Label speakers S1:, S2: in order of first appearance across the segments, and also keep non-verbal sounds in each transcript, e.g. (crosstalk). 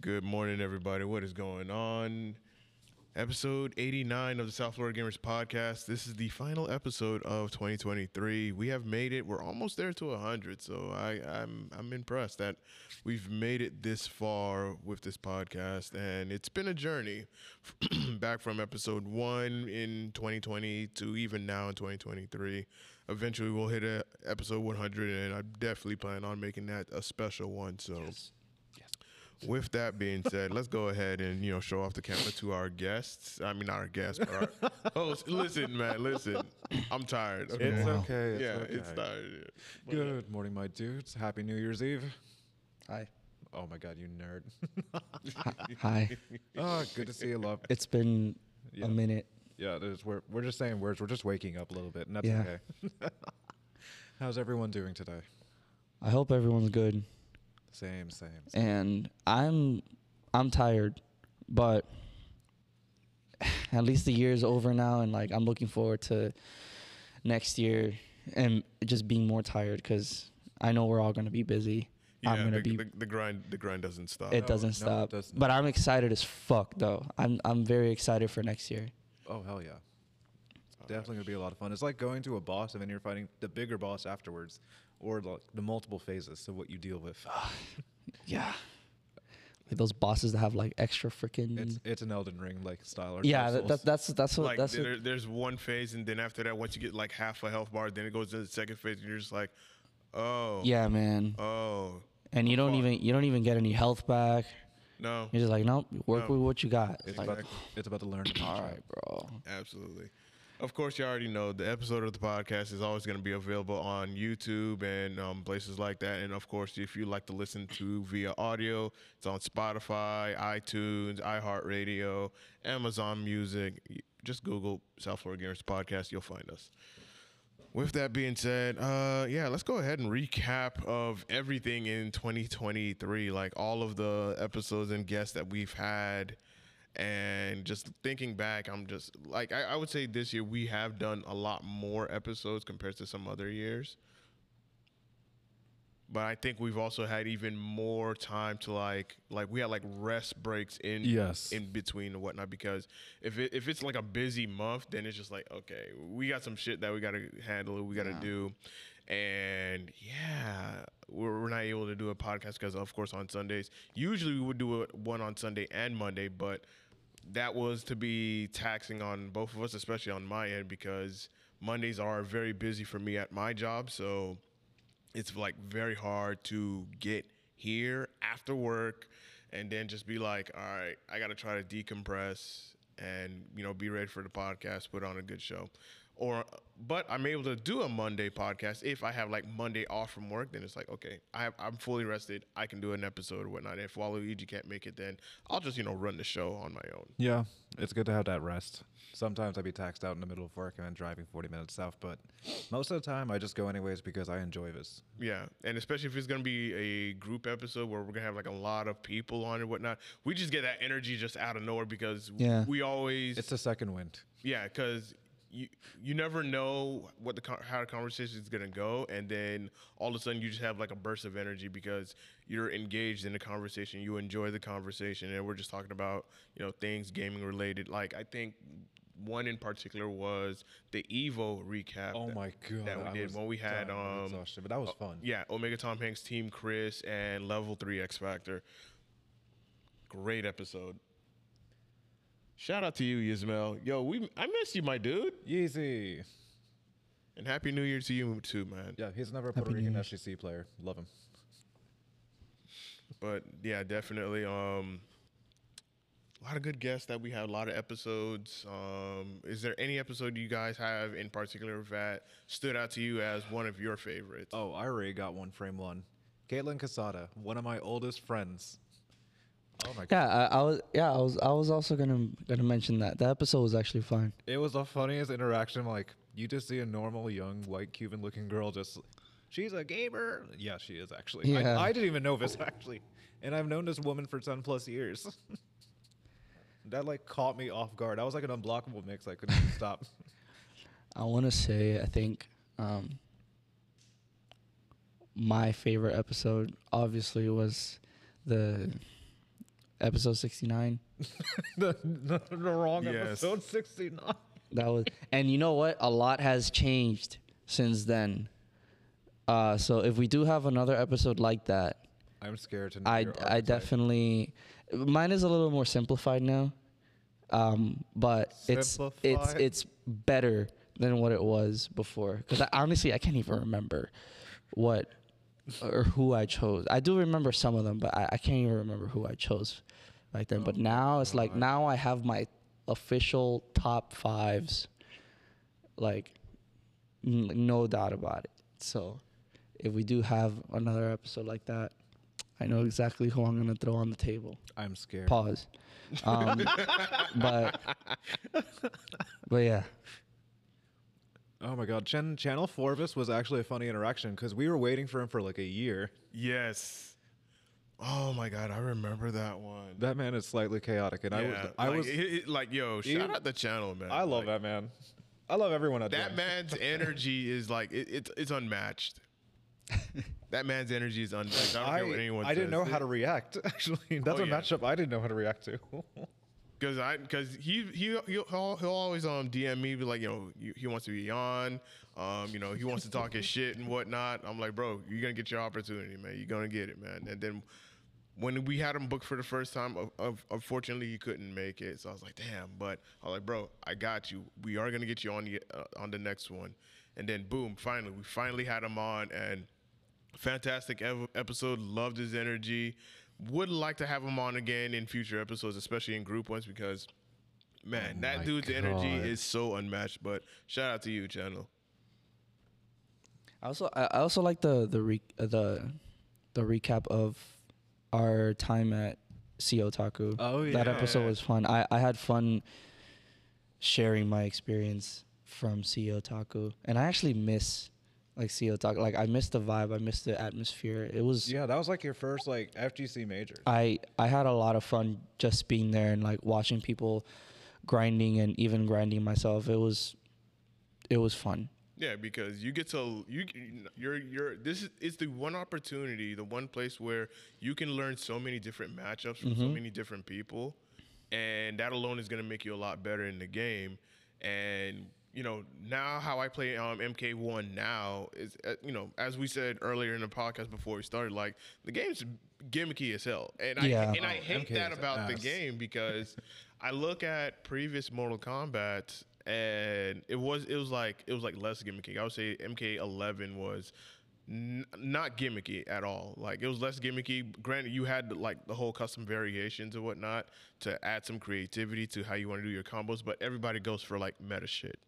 S1: Good morning, everybody. What is going on? Episode 89 of the South Florida Gamers podcast. This is the final episode of 2023. We have made it. We're almost there to 100. So I, I'm I'm impressed that we've made it this far with this podcast, and it's been a journey (clears throat) back from episode one in 2020 to even now in 2023. Eventually, we'll hit a, episode 100, and I'm definitely planning on making that a special one. So. With that being said, let's go ahead and you know show off the camera to our guests. I mean, not our guests, but our hosts. Listen, man, listen. I'm tired. Okay?
S2: It's
S3: Wow.
S2: okay. It's
S1: yeah,
S2: okay.
S1: it's tired. But, uh,
S2: Good morning, my dudes. Happy New Year's Eve.
S3: Hi.
S2: Oh my God, you nerd. (laughs)
S3: Hi.
S2: oh, good to see you,
S3: (laughs)
S2: love.
S3: It's been
S2: Yeah.
S3: a minute.
S2: Yeah, there's, we're we're just saying words. We're just waking up a little bit, and that's
S3: Yeah.
S2: okay. (laughs) How's everyone doing today?
S3: I hope everyone's good.
S2: Same, same. same.
S3: And I'm I'm tired, but at least the year's over now and like I'm looking forward to next year and just being more tired cuz I know we're all going to be busy.
S1: yeah,
S3: I'm going to
S1: the,
S3: be
S1: the, the grind. The grind doesn't stop.
S3: it
S2: No,
S3: doesn't
S2: no, it
S3: stop.
S2: does
S3: but I'm excited as fuck though. I'm I'm very excited for next year.
S2: Oh hell yeah. Definitely gonna be a lot of fun. It's like going to a boss and then you're fighting the bigger boss afterwards, or like the multiple phases of what you deal with.
S3: Yeah. Like those bosses that have like extra
S2: It's
S3: freaking
S2: it's an Elden Ring like style. Or
S3: yeah,
S2: Dark
S3: that,
S2: Souls.
S3: that, that's that's what
S1: like
S3: that's what,
S1: there, there's one phase, and then after that, once you get like half a health bar, then it goes to the second phase, and you're just like, oh,
S3: yeah, man.
S1: oh,
S3: and you don't
S1: fuck.
S3: even you don't even get any health back.
S1: no,
S3: You're just like, nope, work
S1: No.
S3: with what you got.
S2: it's,
S3: like,
S2: about to, it's about to learn. to
S3: all
S2: punch
S3: right, bro.
S1: Absolutely. Of course, you already know the episode of the podcast is always going to be available on YouTube and um, places like that. And of course, if you like to listen to via audio, it's on Spotify, iTunes, iHeartRadio, Amazon Music. Just Google South Florida Gamers Podcast, you'll find us. With that being said, uh, yeah, let's go ahead and recap of everything in 2023, like all of the episodes and guests that we've had. And just thinking back, I'm just like, I, I would say this year we have done a lot more episodes compared to some other years. But I think we've also had even more time to like, like we had like rest breaks in
S2: Yes.
S1: in between and whatnot. Because if it, if it's like a busy month, then it's just like okay, we got some shit that we got to handle, we got to do, and yeah, we're, we're not able to do a podcast because of course on Sundays usually we would do a, one on Sunday and Monday, but that was to be taxing on both of us, especially on my end because Mondays are very busy for me at my job, so it's like very hard to get here after work and then just be like, all right, I got to try to decompress and, you know, be ready for the podcast, put on a good show. Or, but I'm able to do a Monday podcast if I have like Monday off from work. Then it's like, okay, I have, I'm fully rested. I can do an episode or whatnot. If Waluigi can't make it, then I'll just you know run the show on my own.
S2: Yeah, it's good to have that rest. Sometimes I'd be taxed out in the middle of work and then driving 40 minutes south, but most of the time I just go anyways because I enjoy this.
S1: Yeah, and especially if it's gonna be a group episode where we're gonna have like a lot of people on and whatnot, we just get that energy just out of nowhere because
S3: Yeah.
S1: we always
S2: It's the second wind.
S1: yeah because you you never know what the con- how the conversation is gonna go, and then all of a sudden you just have like a burst of energy because you're engaged in the conversation, you enjoy the conversation, and we're just talking about you know things gaming related. Like I think one in particular was the Evo recap.
S2: Oh
S1: that-
S2: my god!
S1: that we
S2: I
S1: did
S2: was
S1: when we had
S2: dying of
S1: um
S2: exhaustion, but that was fun.
S1: yeah, Omega Tom Hanks, Team Chris, and Level 3 X Factor. Great episode. Shout out to you, Yismael. Yo, we I miss you, my dude.
S2: Yeezy.
S1: And happy new year to you too, man.
S2: Yeah, he's never a Puerto
S3: Happy New
S2: Rican
S3: Year.
S2: SGC player. Love him.
S1: But yeah, definitely. Um a lot of good guests that we had, a lot of episodes. Um, is there any episode you guys have in particular that stood out to you as one of your favorites?
S2: Oh, I already got one frame one. Caitlin Casada, one of my oldest friends. Oh my god!
S3: Yeah, I, I was yeah, I was I was also gonna gonna mention that. That episode was actually fun.
S2: It was the funniest interaction. Like you just see a normal young white Cuban looking girl just she's a gamer. Yeah, she is actually.
S3: Yeah.
S2: I, I didn't even know this (laughs) actually. And I've known this woman for 10 plus years. (laughs) that like caught me off guard. I was like an unblockable mix. I couldn't even stop.
S3: I wanna say I think um my favorite episode obviously was the episode 69
S2: (laughs) the, the, the wrong
S1: Yes.
S2: episode 69.
S3: that was and you know what a lot has changed since then uh so if we do have another episode like that
S2: I'm scared to know.
S3: I,
S2: your
S3: I
S2: archetype.
S3: definitely mine is a little more simplified now um but it's
S2: Simplified.
S3: it's it's better than what it was before because I, honestly i can't even remember what or who i chose i do remember some of them but i, I can't even remember who i chose back then but now it's like now i have my official top fives like n- no doubt about it so if we do have another episode like that i know exactly who i'm going to throw on the table
S2: I'm scared.
S3: pause um, but but yeah
S2: Oh my God. Chen, Channel Forbes was actually a funny interaction because we were waiting for him for like a year.
S1: Yes. Oh my god, I remember that one.
S2: That man is slightly chaotic. And
S1: yeah,
S2: I
S1: like,
S2: was, I was,
S1: it- it- like yo, shout
S2: Dude,
S1: out the channel, man.
S2: I love
S1: Like,
S2: that man. I love everyone at
S1: That
S2: (laughs)
S1: man's energy is like it, it's it's unmatched. that man's energy is unmatched. I don't care what anyone
S2: I,
S1: says.
S2: didn't know how to react. (laughs) Actually, that's
S1: Oh,
S2: a
S1: yeah.
S2: matchup I didn't know how to react to. (laughs)
S1: Cause I, cause he he he'll, he'll he'll always um DM me be like you know you- he wants to be on, um you know he wants to talk his shit and whatnot. I'm like bro, you're gonna get your opportunity, man. You're gonna get it, man. And then when we had him booked for the first time, of- of- unfortunately he couldn't make it. So I was like damn, but I was like bro, I got you. We are gonna get you on the uh, on the next one. And then boom, finally we finally had him on and fantastic ev- episode. Loved his energy. Would like to have him on again in future episodes, especially in group ones, because man, that
S2: Oh my
S1: dude's energy
S2: God.
S1: is so unmatched. But shout out to you, channel.
S3: I also I I also like the the re, uh, the the recap of our time at CO Taku.
S2: Oh,
S3: that
S2: yeah.
S3: episode was fun. I I had fun sharing my experience from CO Taku, and I actually miss like CO Taku. Like I miss the vibe. I miss the atmosphere. It was
S2: yeah, that was like your first like FGC major.
S3: I I had a lot of fun just being there and like watching people grinding and even grinding myself. It was it was fun.
S1: Yeah, because you get to you you're you're this is it's the one opportunity, the one place where you can learn so many different matchups from so many different people, and that alone is going to make you a lot better in the game. And you know now how I play um, MK1 now is uh, you know as we said earlier in the podcast before we started, like the game's gimmicky as hell, and
S3: Yeah.
S1: I and I
S2: Oh,
S1: hate
S2: MK
S1: that
S2: is
S1: about the
S2: ass.
S1: game game because I look at previous Mortal Kombat and it was it was like it was like less gimmicky. I would say MK11 was n- not gimmicky at all. Like it was less gimmicky. Granted, you had like the whole custom variations and whatnot to add some creativity to how you want to do your combos, but everybody goes for like meta shit.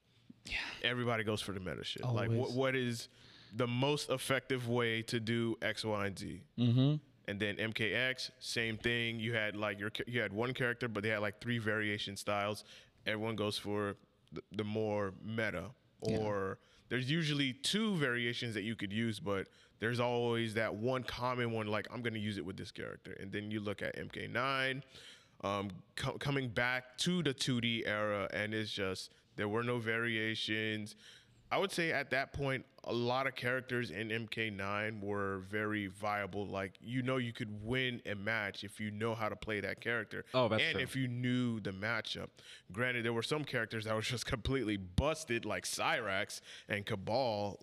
S1: Yeah. Everybody goes for the meta shit. Like what
S3: Always.
S1: what is the most effective way to do X, Y, and Z?
S3: Mm-hmm.
S1: and then MKX, same thing. You had like your you had one character, but they had like three variation styles. Everyone goes for the, the more meta, or there's usually two variations that you could use, but there's always that one common one. Like I'm gonna use it with this character, and then you look at MK9, um, co- coming back to the 2D era, and it's just there were no variations. I would say at that point, a lot of characters in MK9 were very viable. Like you know, you could win a match if you know how to play that character.
S2: Oh, that's
S1: and
S2: true.
S1: if you knew the matchup. Granted, there were some characters that were (laughs) just completely busted, like Cyrax and Cabal.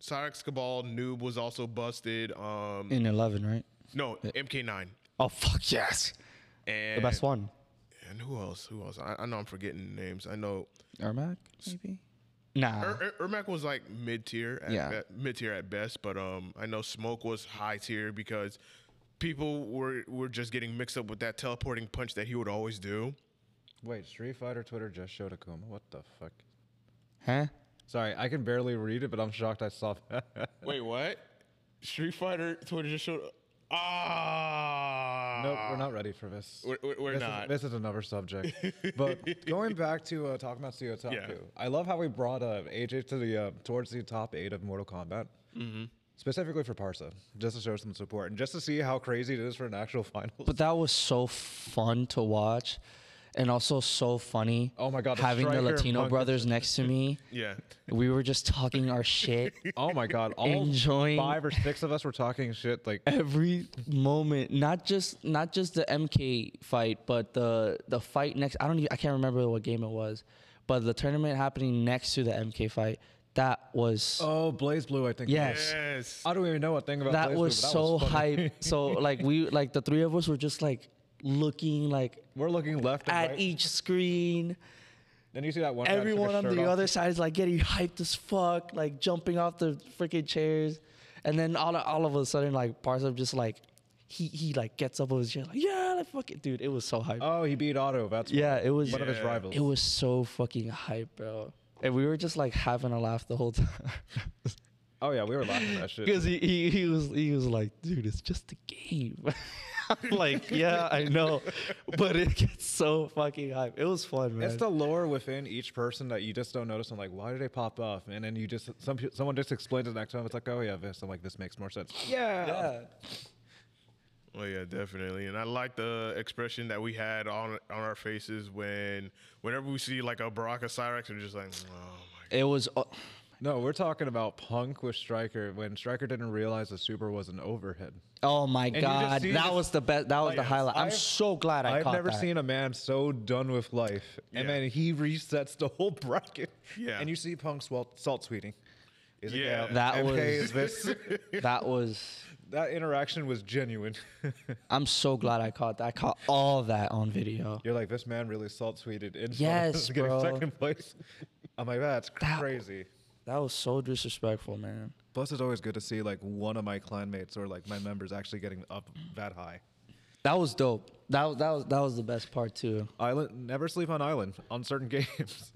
S1: Cyrax, Cabal, Noob was also busted. Um,
S3: In eleven, right?
S1: no,
S2: Eh.
S1: MK9,
S3: Oh fuck yes.
S1: and
S3: The best one.
S1: And who else? Who else? I, I know I'm forgetting names. I know
S3: Ermac, maybe? Nah.
S1: Er- Er- Ermac was like mid tier,
S3: Yeah.
S1: yeah, mid tier at best. But um, I know Smoke was high tier because people were were just getting mixed up with that teleporting punch that he would always do.
S2: Wait, Street Fighter Twitter just showed Akuma. What the fuck?
S3: huh?
S2: Sorry, I can barely read it, but I'm shocked I saw that. (laughs)
S1: Wait, what? Street Fighter Twitter just showed. Ah,
S2: Nope, we're not ready for this.
S1: We're- we're- we're
S2: this
S1: not.
S2: Is, this is another subject. but
S1: (laughs)
S2: going back to uh, talking about Suyotaku,
S1: Yeah.
S2: I love how we brought uh, AJ to the uh, towards the top eight of Mortal Kombat,
S1: Mm-hmm.
S2: specifically for Parsa, just to show some (laughs) support and just to see how crazy it is for an actual finals.
S3: But that was so fun to watch. and also so funny.
S2: Oh my God, the
S3: having the
S2: striker
S3: Latino
S2: punk-
S3: brothers next to me,
S1: Yeah.
S3: we were just talking our
S2: (laughs)
S3: shit
S2: Oh my God! All
S3: Enjoying-
S2: five or six of us were talking shit. Like
S3: every moment. Not just not just the MK fight, but the the fight next. I don't even, I can't remember what game it was, but the tournament happening next to the MK fight. That was
S2: oh, Blaze Blue, I think.
S3: yes.
S1: Yes.
S2: I don't even know a thing about
S3: that
S2: Blaze
S3: was
S2: Blue, but
S3: so
S2: funny.
S3: hype. So like we like the three of us were just like looking like
S2: (laughs) We're looking left and
S3: at
S2: right.
S3: each screen.
S2: Then you see that one. guy took his
S3: Everyone on
S2: shirt
S3: the
S2: off.
S3: other side is like getting hyped as fuck, like jumping off the freaking chairs. And then all, all of a sudden, like Parsif just like he he like gets up on his chair like yeah, like fuck it, dude. It was so hype.
S2: Oh, he beat Otto. That's
S3: yeah, it was
S2: one of his
S1: Yeah.
S2: rivals.
S3: it was so fucking hype, bro. And we were just like having a laugh the whole time
S2: oh yeah, we were laughing at that shit.
S3: because he, he he was he was like, dude, it's just a game. (laughs) I'm like, yeah, I know, but it gets so fucking hype. It was fun, man.
S2: It's the lore within each person that you just don't notice. I'm like, why did they pop off? And then you just some peo- someone just explains it next time. It's like, oh yeah, this. I'm like, this makes more sense.
S3: yeah.
S1: Oh yeah, definitely. And I like the expression that we had on on our faces when whenever we see like a Baraka Cyrex, we're just like, oh my
S3: It was. uh,
S2: No, we're talking about Punk with Striker when Striker didn't realize the super was an overhead.
S3: Oh my
S2: you just
S3: god,
S2: see
S3: that
S2: this-
S3: was the best. That was the
S2: Like,
S3: highlight. I'm
S2: I've-
S3: so glad I
S2: I've
S3: caught
S2: never
S3: that.
S2: seen a man so done with life, and
S1: Yeah.
S2: then he resets the whole bracket.
S1: Yeah.
S2: and you see Punk salt, salt tweeting. Is it
S1: Yeah.
S2: yeah,
S3: That
S2: MK
S3: was-
S2: is this. (laughs)
S3: That was.
S2: that interaction was genuine. (laughs)
S3: I'm so glad I caught that. I caught all that on video.
S2: You're like, this man really salt tweeted and
S3: Yes,
S2: (laughs) getting
S3: bro.
S2: second place. I'm like, that's
S3: That-
S2: crazy.
S3: That was so disrespectful, man.
S2: Plus, it's always good to see like one of my clanmates or like my members actually getting up that high.
S3: That was dope. That was that was that was the best part too.
S2: Island, never sleep on island on certain (laughs) games.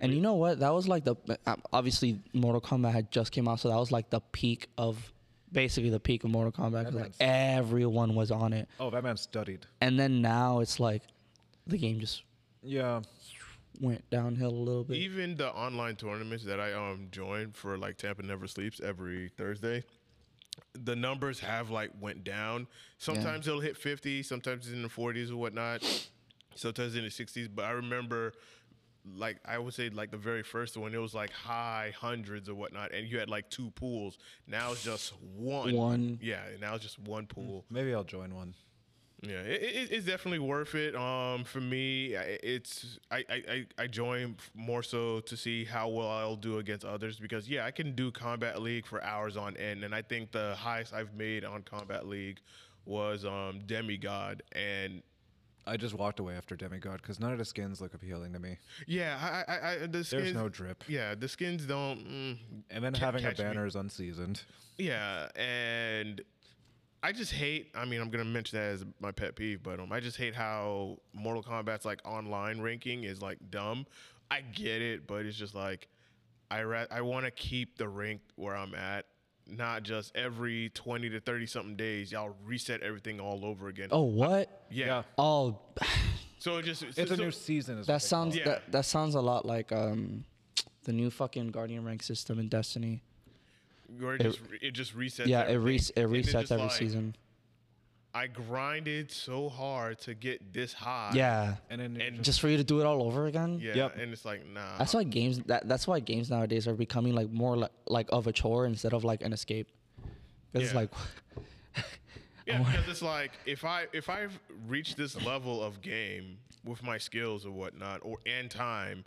S3: And you know what? That was like the um, obviously Mortal Kombat had just came out, so that was like the peak of basically the peak of Mortal Kombat 'cause, like
S2: Everyone's-
S3: everyone was on it.
S2: oh, that man studied.
S3: And then now it's like the game just
S2: Yeah,
S3: went downhill a little
S1: god.
S3: bit.
S1: Even the online tournaments that I um joined for like Tampa Never Sleeps every Thursday, the numbers have like went down. Sometimes it'll hit fifty, sometimes it's in the forties or whatnot, sometimes in the sixties. But I remember like I would say like the very first one, it was like high hundreds or whatnot, and you had like two pools. Now it's just one.
S3: One.
S1: Yeah, now it's just one pool.
S2: maybe I'll join one.
S1: Yeah, it, it, it's definitely worth it. Um, for me, I- it's I, I I- I join more so to see how well I'll do against others because yeah, I can do combat league for hours on end, and I think the highest I've made on combat league was um demigod and
S2: I just walked away after Demigod because none of the skins look appealing to me.
S1: yeah, I I, I the skins,
S2: no drip.
S1: Yeah, the skins don't. Mm,
S2: And then
S1: ca-
S2: having a
S1: catch me.
S2: banner is unseasoned.
S1: Yeah, and I just hate. I mean, I'm gonna mention that as my pet peeve, but um, I just hate how Mortal Kombat's like online ranking is like dumb. I get it, but it's just like I ra- I want to keep the rank where I'm at, not just every 20 to 30 something days y'all reset everything all over again.
S3: oh what?
S1: yeah.
S2: yeah.
S3: Oh,
S1: So it just
S2: It's
S1: so,
S2: a new
S1: so-
S2: season. Is what
S3: that
S2: they
S3: sounds
S1: Yeah.
S3: that, that sounds a lot like um the new fucking Guardian rank system in Destiny.
S1: where it, just re- it just resets.
S3: yeah, it re-
S1: everything.
S3: it
S1: And it's
S3: resets
S1: just
S3: every
S1: like,
S3: season.
S1: I grinded so hard to get this high.
S3: yeah,
S2: call it. and then
S1: and-
S3: just for you to do it all over again.
S1: Yeah,
S2: Yep.
S1: and it's like nah.
S3: That's why games. That, that's why games nowadays are becoming like more like, like of a chore instead of like an escape. 'Cause It's
S1: Yeah.
S3: like,
S2: (laughs)
S1: Yeah, because it's like if I if I've reached this level of game with my skills or whatnot or and time,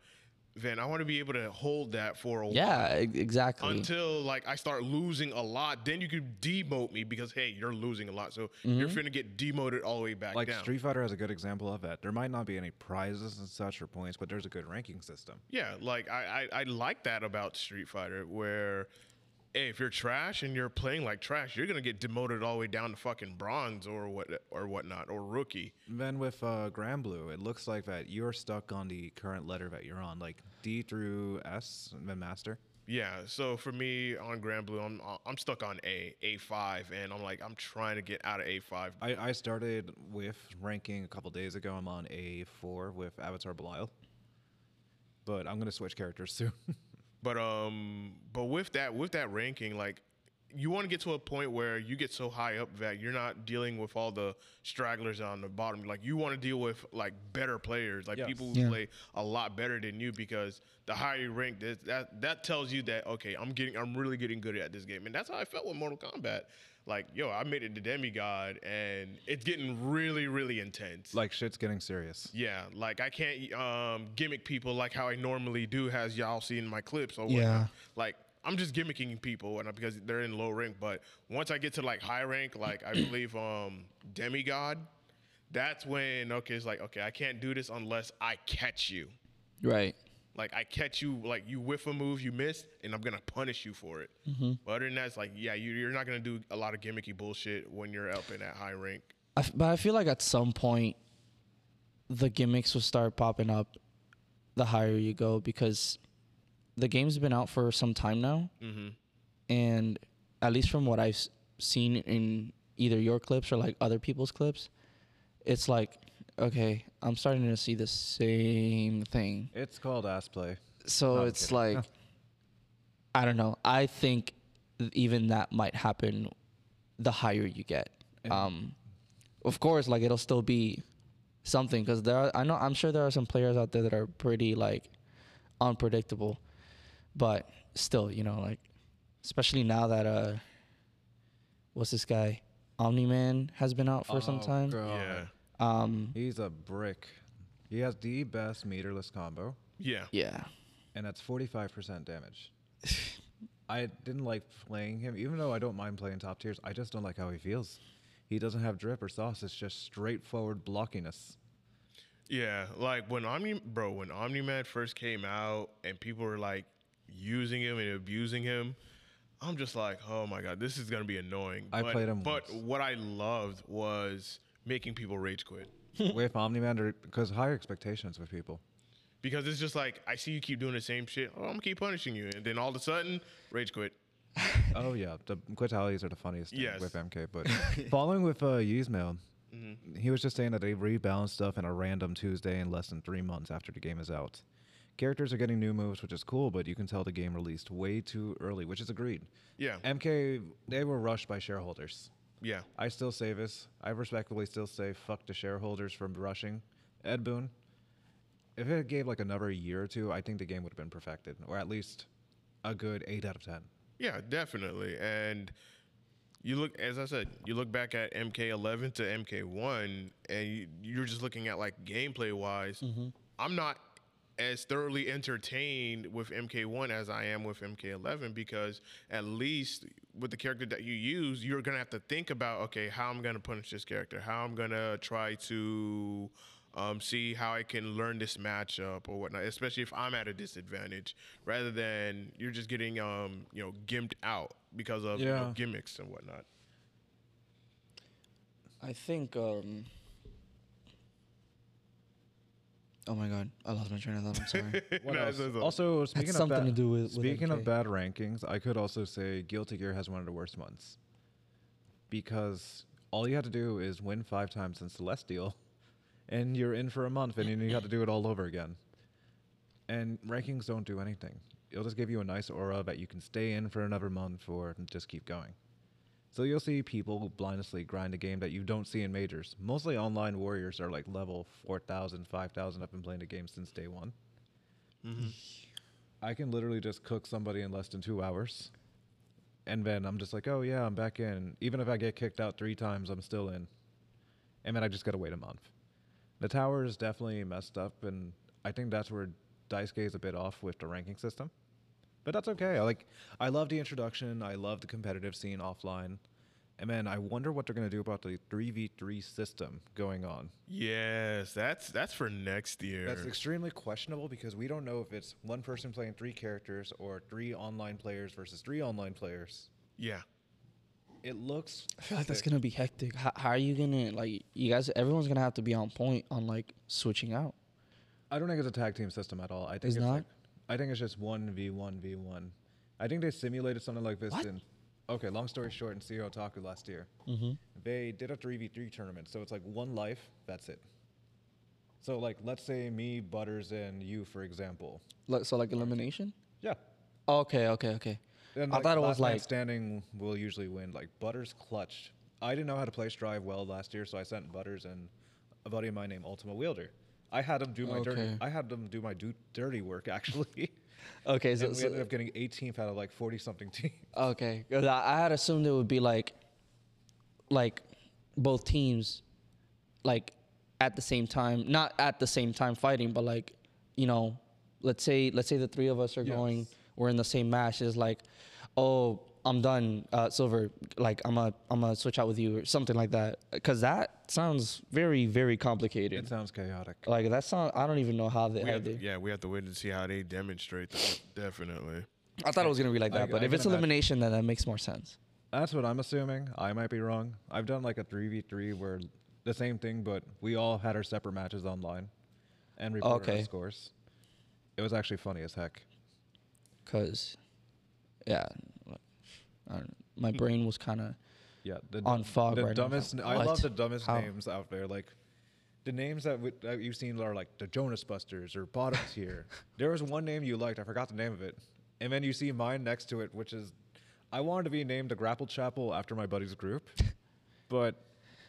S1: then I want to be able to hold that for a
S3: yeah, e- exactly.
S1: while until like I start losing a lot. Then you can demote me because hey, you're losing a lot, so you're finna get demoted all the way back
S2: Mm-hmm. like
S1: down.
S2: Street Fighter has a good example of that. There might not be any prizes and such or points, but there's a good ranking system.
S1: Yeah, like I, I I like that about Street Fighter where. Hey, if you're trash and you're playing like trash, you're gonna get demoted all the way down to fucking bronze or what or whatnot or rookie.
S2: Then with uh, Grand Blue, it looks like that you're stuck on the current letter that you're on, like D through S, and then master.
S1: Yeah, so for me on Grand Blue, I'm I'm stuck on A A five, and I'm like I'm trying to get out of A five.
S2: I, I started with ranking a couple days ago. I'm on A4 with Avatar Belial, but I'm gonna switch characters soon. (laughs)
S1: But um, but with that with that ranking, like you want to get to a point where you get so high up that you're not dealing with all the stragglers on the bottom. Like you want to deal with like better players, like
S2: Yes.
S1: people who
S3: Yeah.
S1: play a lot better than you, because the higher you rank, that, that that tells you that okay, I'm getting, I'm really getting good at this game, and that's how I felt with Mortal Kombat. Like yo, I made it to demigod, and it's getting really, really intense.
S2: Like shit's getting serious.
S1: Yeah, like I can't um, gimmick people like how I normally do, has y'all seen my clips or whatnot.
S3: Yeah.
S1: Like I'm just gimmicking people and because they're in low rank. But once I get to like high rank, like I believe um, demigod, that's when okay, it's like okay, I can't do this unless I catch you.
S3: Right.
S1: Like I catch you, like you whiff a move you missed, and I'm gonna punish you for it. But other than that, it's like yeah, you, you're not gonna do a lot of gimmicky bullshit when you're up in that high rank.
S3: I f- but I feel like at some point, the gimmicks will start popping up the higher you go because the game's been out for some time now. And at least from what I've s- seen in either your clips or like other people's clips, it's like, okay, I'm starting to see the same thing.
S2: It's called ass play.
S3: So
S2: I'm
S3: it's
S2: kidding.
S3: like, I don't know. I think th- even that might happen the higher you get. Um, of course, like it'll still be something because there are, I know, I'm sure there are some players out there that are pretty like unpredictable, but still, you know, like, especially now that, uh, what's this guy? Omni Man has been out for some
S2: Oh,
S3: time.
S2: God.
S1: Yeah,
S3: Um,
S2: He's a brick. He has the best meterless combo,
S1: yeah,
S3: yeah.
S2: and that's 45%
S3: (laughs)
S2: damage. I didn't like playing him, even though I don't mind playing top tiers. I just don't like how he feels. He doesn't have drip or sauce. It's just straightforward
S3: (laughs)
S2: blockiness.
S1: Yeah, like when Omni bro, when Omni Man first came out and people were like using him and abusing him, I'm just like, oh my god, this is gonna be annoying.
S2: I
S1: but,
S2: played him
S1: but
S2: once.
S1: what I loved was making people rage quit
S2: with Omniman, because higher expectations with people.
S1: because it's just like I see you keep doing the same shit. Oh, I'm gonna keep punishing you, and then all of a sudden, rage quit.
S2: Oh yeah, the quitalities are the funniest thing
S1: Yes.
S2: with MK.
S1: (laughs)
S2: But following with uh, Yuzmail,
S1: Mm-hmm.
S2: he was just saying that they rebalanced stuff in a random Tuesday in less than three months after the game is out. Characters are getting new moves, which is cool, but you can tell the game released way too early, which is agreed.
S1: Yeah,
S2: MK, they were rushed by shareholders.
S1: yeah,
S2: I still say this. I respectfully still say fuck the shareholders for rushing. Ed Boon, if it gave like another year or two, I think the game would have been perfected, or at least a good 8 out of 10.
S1: yeah, definitely. And you look, as I said, you look back at MK11 to MK1, and you, you're just looking at like gameplay wise. I'm not as thoroughly entertained with MK1 as I am with MK11 because at least with the character that you use, you're gonna have to think about okay, how I'm gonna punish this character, how I'm gonna try to. Um, see how I can learn this matchup or whatnot, especially if I'm at a disadvantage, rather than you're just getting um, you know gimped out because of you know,
S2: Yeah.
S1: gimmicks and whatnot. (laughs)
S3: I think. Um, oh my god, I lost my train of thought.
S2: (laughs)
S3: I'm sorry. (laughs)
S2: What
S1: No,
S2: else?
S1: it's- it's-
S2: Also, speaking of
S3: something
S2: bad,
S3: to do with- with
S2: speaking of
S3: MK.
S2: bad rankings, I could also say Guilty Gear has one of the worst months because all you had to do is win five times in Celestial, (laughs) and you're in for a month, and then you have to do it all over again. And rankings don't do anything. It'll just give you a nice aura that you can stay in for another month or just keep going. So you'll see people blindly grind a game that you don't see in majors. Mostly online warriors are like level 4,000, 5,000. I've been playing the game since day one. I can literally just cook somebody in less than two hours. And then I'm just like, oh yeah, I'm back in. Even if I get kicked out three times, I'm still in. And then I just gotta wait a month. The tower is definitely messed up, and I think that's where Dice is a bit off with the ranking system. But that's okay. I like I love the introduction. I love the competitive scene offline. And man, I wonder what they're gonna do about the three v three system going on.
S1: Yes, that's that's for next year.
S2: That's extremely questionable because we don't know if it's one person playing three characters or three online players versus three online players.
S1: yeah.
S2: It looks.
S3: I feel like that's gonna be hectic. How, how are you gonna like? You guys, everyone's gonna have to be on point on like switching out.
S2: I don't think it's a tag team system at all. I think
S3: It's
S2: it's,
S3: not?
S2: like- I think it's just one v one v one. I think they simulated something like this
S3: What?
S2: in. Okay, long story short, in CEO Otaku last year,
S3: Mm-hmm.
S2: they did a three v three tournament. So it's like one life. That's it. So like, let's say me, Butters, and you, for example.
S3: Like so, like elimination.
S2: Yeah.
S3: Okay, okay, okay.
S2: And
S3: I
S2: like,
S3: thought it was
S2: last man
S3: like-
S2: standing will usually win. Like Butters clutched. I didn't know how to place drive well last year, so I sent Butters and a buddy of mine named Ultima Wielder. I had him do my dirty.
S3: Okay.
S2: I had him do my do dirty work
S3: (laughs)
S2: actually.
S3: Okay, so,
S2: and we
S3: so-
S2: ended up getting 18th out of like 40 something (laughs) teams.
S3: okay, 'cause I, I had assumed it would be like, like, both teams, like, at the same time, not at the same time fighting, but like, you know, let's say let's say the three of us are going,
S2: Yes.
S3: we're in the same match. It's like, oh, I'm done, uh, Silver. Like, I'm a I'm a switch out with you or something like that. Cause that sounds very very complicated.
S2: It sounds chaotic.
S3: like that sound, I don't even know how they.
S1: We
S3: how
S1: have to-
S3: they-
S1: yeah, we have to wait and see how they demonstrate that. Definitely.
S3: I thought it was gonna be like
S2: I-
S3: that, but
S2: I
S3: if
S2: can
S3: it's
S2: imagine.
S3: elimination, then that makes more sense.
S2: That's what I'm assuming. I might be wrong. I've done like a 3v3 where the same thing, but we all had our separate matches online and reported our
S3: Okay.
S2: scores. It was actually funny as heck.
S3: Cause, yeah, I don't, my brain was kind of
S2: Yeah, the
S3: On fog
S2: The
S3: right now.
S2: dumbest. I
S3: What?
S2: love the dumbest
S3: How?
S2: names out there. Like the names that, we, that you've seen are like the Jonas Busters or Bottoms
S3: (laughs)
S2: here. There was one name you liked. I forgot the name of it. And then you see mine next to it, which is I wanted to be named the Grapple Chapel after my buddy's
S3: (laughs)
S2: group, but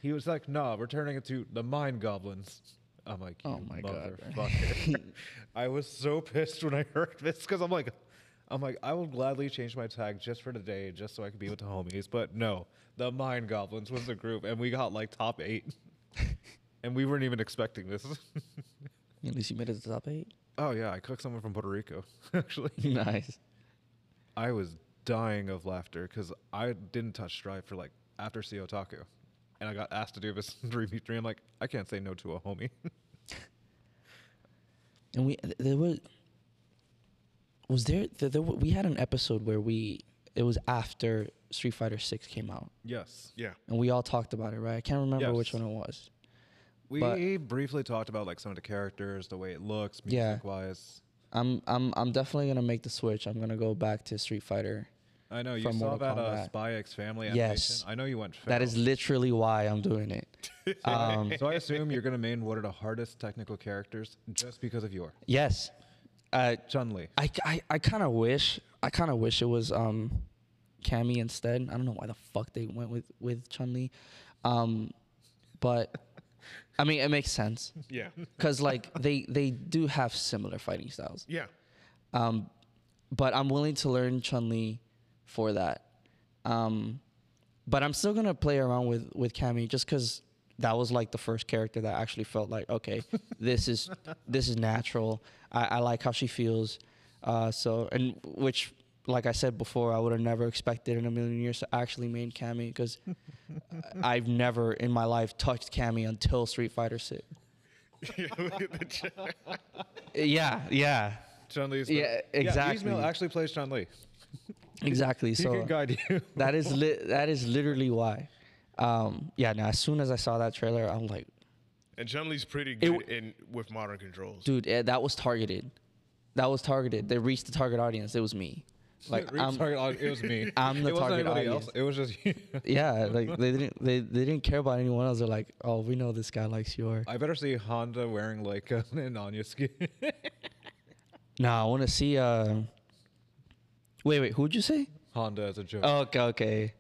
S2: he was like, "Nah, we're turning it to the Mind Goblins." I'm like,
S3: Oh
S2: "You
S3: my God, bro."
S2: motherfucker!"
S3: (laughs)
S2: I was so pissed when I heard this because I'm like, I'm like, I will gladly change my tag just for today, just so I could be with the homies. But no, the Mind Goblins was the group, and we got like top
S3: (laughs)
S2: eight, and we weren't even expecting this. (laughs)
S3: at least you made it to the top eight.
S2: oh yeah, I cooked someone from Puerto Rico. (laughs) Actually,
S3: nice.
S2: I was dying of laughter because I didn't touch Strive for like after CO Taco, and I got asked to do this (laughs) three v three. I'm like, I can't say no to a homie. (laughs)
S3: And we th- there was was there th- there wa- we had an episode where we it was after Street Fighter Six came out,
S2: yes,
S1: Yeah.
S3: and we all talked about it, right? I can't remember which
S2: Yes.
S3: one it was.
S2: we
S3: But-
S2: briefly talked about like some of the characters, the way it looks, music
S3: Yeah.
S2: wise.
S3: I'm I'm I'm definitely gonna make the switch. I'm gonna go back to Street Fighter.
S2: I know you
S3: from
S2: saw
S3: Mortal
S2: that uh,
S3: Kombat.
S2: Spy X Family animation.
S3: Yes.
S2: I know you went.
S3: That is literally why I'm doing it. Um,
S2: so I assume you're gonna main one of the hardest technical characters just because of your
S3: yes, uh,
S2: Chun Li.
S3: I, I, I kind of wish I kind of wish it was um Cammy instead. I don't know why the fuck they went with with Chun Li, um, but I mean it makes sense
S1: Yeah.
S3: because like they they do have similar fighting styles.
S1: (laughs) Yeah.
S3: Um, but I'm willing to learn Chun Li for that. Um, but I'm still gonna play around with with Cammy just because that was like the first character that I actually felt like
S2: (laughs)
S3: okay, this is this is natural. I, I like how she feels. Uh, so and which like I said before, I would have never expected in a million years to actually main
S2: (laughs)
S3: Cammy because I've never in my life touched Cammy until Street Fighter Six.
S1: (laughs) Look at the chat.
S3: Yeah, yeah,
S2: Chun Li's.
S3: Yeah, exactly.
S2: Yzmail actually plays Chun Li.
S3: exactly.
S2: He
S3: so
S2: can guide you.
S3: that is li- that is literally why. Um, yeah. Now, as soon as I saw that trailer, I'm like,
S1: And Chun Li's pretty
S3: w-
S1: good in with modern controls.
S3: dude, eh, that was targeted. That was targeted. They reached the target audience. It was me. Like,
S2: (laughs)
S3: um,
S2: Reed's
S3: I'm,
S2: target aud- uh, it was me.
S3: I'm the
S2: it wasn't
S3: target
S2: anybody
S3: audience.
S2: else. It was just you.
S3: yeah. Like they didn't they, they didn't care about anyone else. They're like, oh, we know this guy likes your.
S2: I better see Honda wearing like (laughs) a, an Anya skin.
S3: Nah, I want to see. Uh, wait, wait. Who'd you say?
S2: Honda as a joke.
S3: Oh, okay, okay.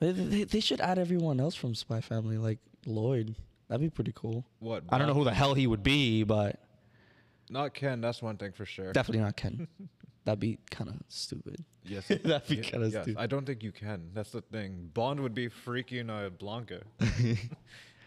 S3: they, they, they should add everyone else from Spy Family, like Lloyd. That'd be pretty cool.
S2: what?
S3: I don't know
S2: Bob?
S3: who the hell he would be, but
S2: Not Ken. That's one thing for sure.
S3: definitely
S2: (laughs)
S3: not Ken. That'd be kind of stupid. (laughs)
S2: yes.
S3: That'd be
S2: Ye-
S3: kind of
S2: yes.
S3: stupid.
S2: I don't think you can. That's the thing. Bond would be freaking uh, Blanca.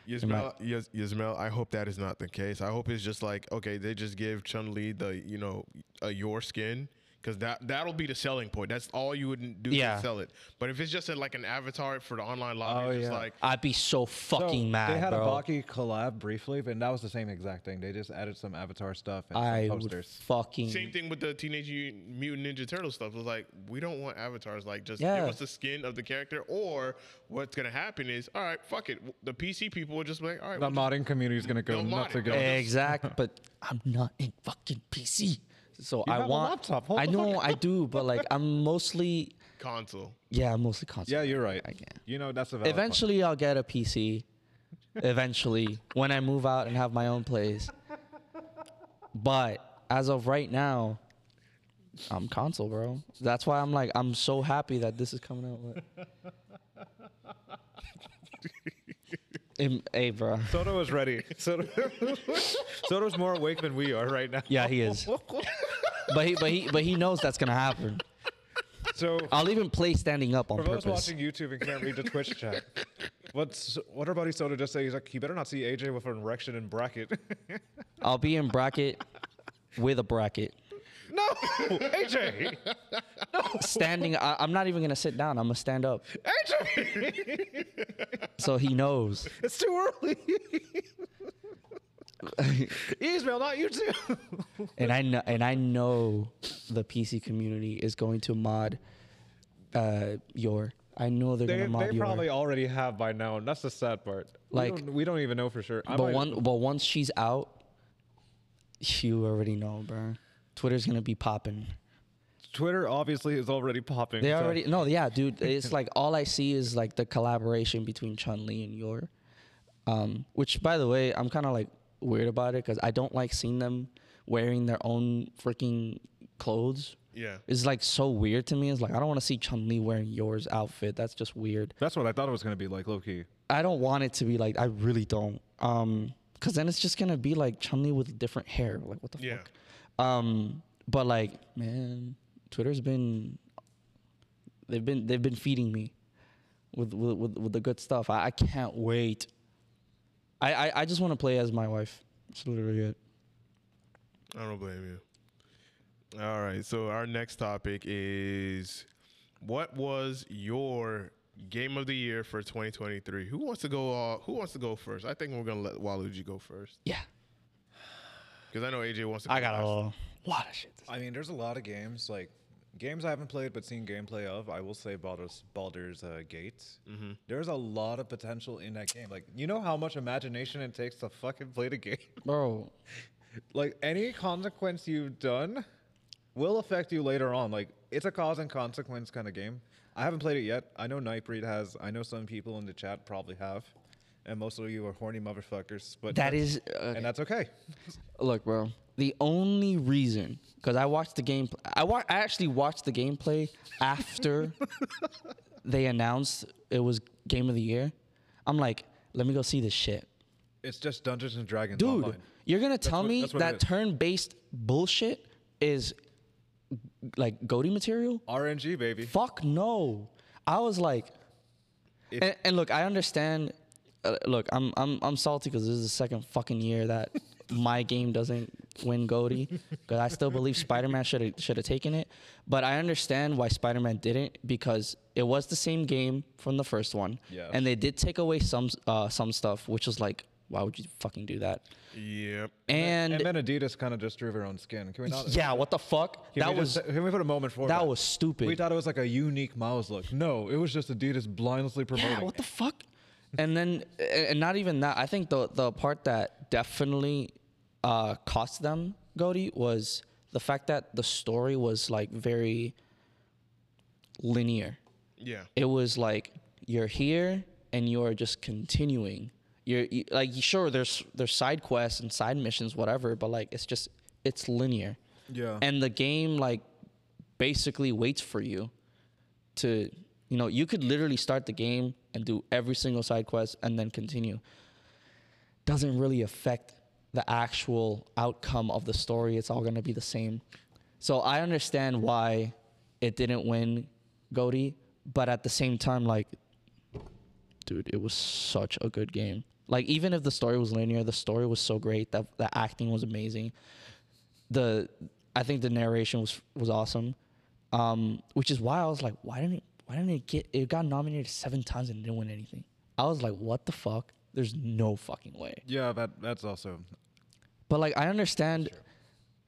S1: Yasmel, Yas- Yasmel, I hope that is not the case. I hope it's just like okay, they just give Chun Li the you know uh, your skin because that that'll be the selling point. That's all you would do
S3: Yeah.
S1: to sell it. But if it's just a, like an avatar for the online lobby,
S2: Oh,
S1: it's just
S2: yeah.
S1: like
S3: I'd be so fucking
S2: So,
S3: mad,
S2: They had
S3: bro.
S2: a Baki collab briefly, but that was the same exact thing. They just added some avatar stuff and
S3: I
S2: some
S3: would
S2: posters.
S3: fucking
S1: same thing with the Teenage Mutant Ninja Turtle stuff. It was like we don't want avatars. Like just
S3: Yeah.
S1: give us the skin of the character. Or what's gonna happen is all right, fuck it. The PC people will just be like all right,
S2: The
S1: we'll just-
S2: modding community is going to go
S1: They'll mod
S2: nuts
S1: it.
S2: again.
S1: (laughs)
S3: exact. but I'm not in fucking PC, so I
S2: have a
S3: want.
S2: laptop, hold
S3: I
S2: the
S3: know I do, but like I'm mostly
S1: console.
S3: yeah, I'm mostly console.
S2: Yeah, you're right.
S3: I can't.
S2: You know, that's a valid point.
S3: Eventually, I'll get a PC. Eventually, when I move out and have my own place. But as of right now, I'm console, bro. That's why I'm like I'm so happy that this is coming out. What? Im- hey, bro.
S2: Soto is ready. Soto, (laughs) Soto's more awake than we are right now.
S3: Yeah, he is. But he, but he, but he knows that's gonna happen.
S2: So
S3: I'll even play standing up on
S2: for those
S3: purpose.
S2: watching YouTube and can't read the Twitch
S3: (laughs)
S2: chat, what's what our buddy Soto just said? He's like, you better not see AJ with an erection in bracket. (laughs)
S3: I'll be in bracket with a bracket.
S2: no, AJ,
S3: Standing, I, I'm not even gonna sit down. I'm gonna stand up.
S2: AJ,
S3: So
S2: (laughs)
S3: he knows.
S2: it's too early. Ismail, not you
S3: (laughs)
S2: too.
S3: and I know, and I know the PC community is going to mod uh, your. I know they're
S2: They,
S3: gonna mod
S2: they
S3: your.
S2: probably already have by now, and that's the sad part.
S3: Like-
S2: we don't, we don't even know for sure. I
S3: but
S2: might-
S3: one, but once she's out, you already know, bro. Twitter's gonna be popping.
S2: Twitter obviously is already popping.
S3: They
S2: so-
S3: already no, yeah, dude. It's like all I see is like the collaboration between Chun Li and Yor. Um, which, by the way, I'm kind of like weird about it because I don't like seeing them wearing their own freaking clothes.
S1: Yeah.
S3: It's like so weird to me. It's like I don't want to see Chun Li wearing yours outfit. That's just weird.
S2: That's what I thought it was gonna be like, low key.
S3: I don't want it to be like I really don't. Um, cause then it's just gonna be like Chun Li with different hair. Like what the
S1: Yeah.
S3: fuck? Um, but like, man, Twitter's been they've been they've been feeding me with with with, with the good stuff. I, I can't wait. I I, I just want to play as my wife. That's literally it.
S1: I don't blame you. All right. So our next topic is what was your game of the year for 2023? Who wants to go? Uh, who wants to go first? I think we're gonna let Waluigi go first
S3: Yeah,
S1: because I know AJ wants to. Go
S3: I got a
S1: last.
S3: lot of shit.
S2: I mean, there's a lot of games like games I haven't played but seen gameplay of. I will say Baldur's, Baldur's uh, Gate. There's a lot of potential in that game. Like, you know how much imagination it takes to fucking play the (laughs) game.
S3: bro.
S2: like, any consequence you've done will affect you later on. Like, it's a cause and consequence kind of game. I haven't played it yet. I know Nightbreed has. I know some people in the chat probably have, and most of you are horny motherfuckers. But
S3: That
S2: that's-
S3: is uh,
S2: and that's okay.
S3: Look, bro. The only reason, because I watched the game, I wa- I actually watched the gameplay
S2: (laughs)
S3: after they announced it was game of the year. I'm like, let me go see this shit,
S2: It's just Dungeons and Dragons,
S3: dude.
S2: Online.
S3: You're gonna tell
S2: what-
S3: me
S2: that's what it
S3: that
S2: is.
S3: turn-based bullshit is like goatee material?
S2: RNG, baby.
S3: Fuck no. I was like,
S2: If-
S3: and, and look, I understand. Uh, look, I'm I'm I'm salty because this is the second fucking year
S2: (laughs)
S3: that my game doesn't win Goldie because I still believe Spider-Man should have should have taken it. But I understand why Spider-Man didn't because it was the same game from the first one,
S2: Yeah.
S3: and they did take away some uh, some stuff, which was like, why would you fucking do that?
S1: Yep.
S3: And,
S2: And, then Adidas kind of just drew their own skin. Can we not?
S3: yeah, what the fuck?
S2: Can
S3: That
S2: we
S3: was
S2: just- can we put a moment for
S3: that was stupid.
S2: We thought it was like a unique Miles look. No, it was just Adidas blindly promoting.
S3: Yeah, what the fuck? And then, a- and not even that. I think the the part that definitely uh, cost them Goldie was the fact that the story was like very linear.
S1: Yeah.
S3: It was like you're here and you are just continuing. You're you, like sure there's there's side quests and side missions whatever, but like it's just it's linear
S2: yeah.
S3: and the game like basically waits for you to you know you could literally start the game and do every single side quest and then continue doesn't really affect the actual outcome of the story it's all going to be the same so i understand why it didn't win Goaty, but at the same time like dude it was such a good game like even if the story was linear the story was so great that the acting was amazing the I think the narration was was awesome, um, which is why I was like, why didn't it, why didn't it get it got nominated seven times and didn't win anything? I was like, what the fuck? There's no fucking way.
S2: yeah, that that's also.
S3: But like I understand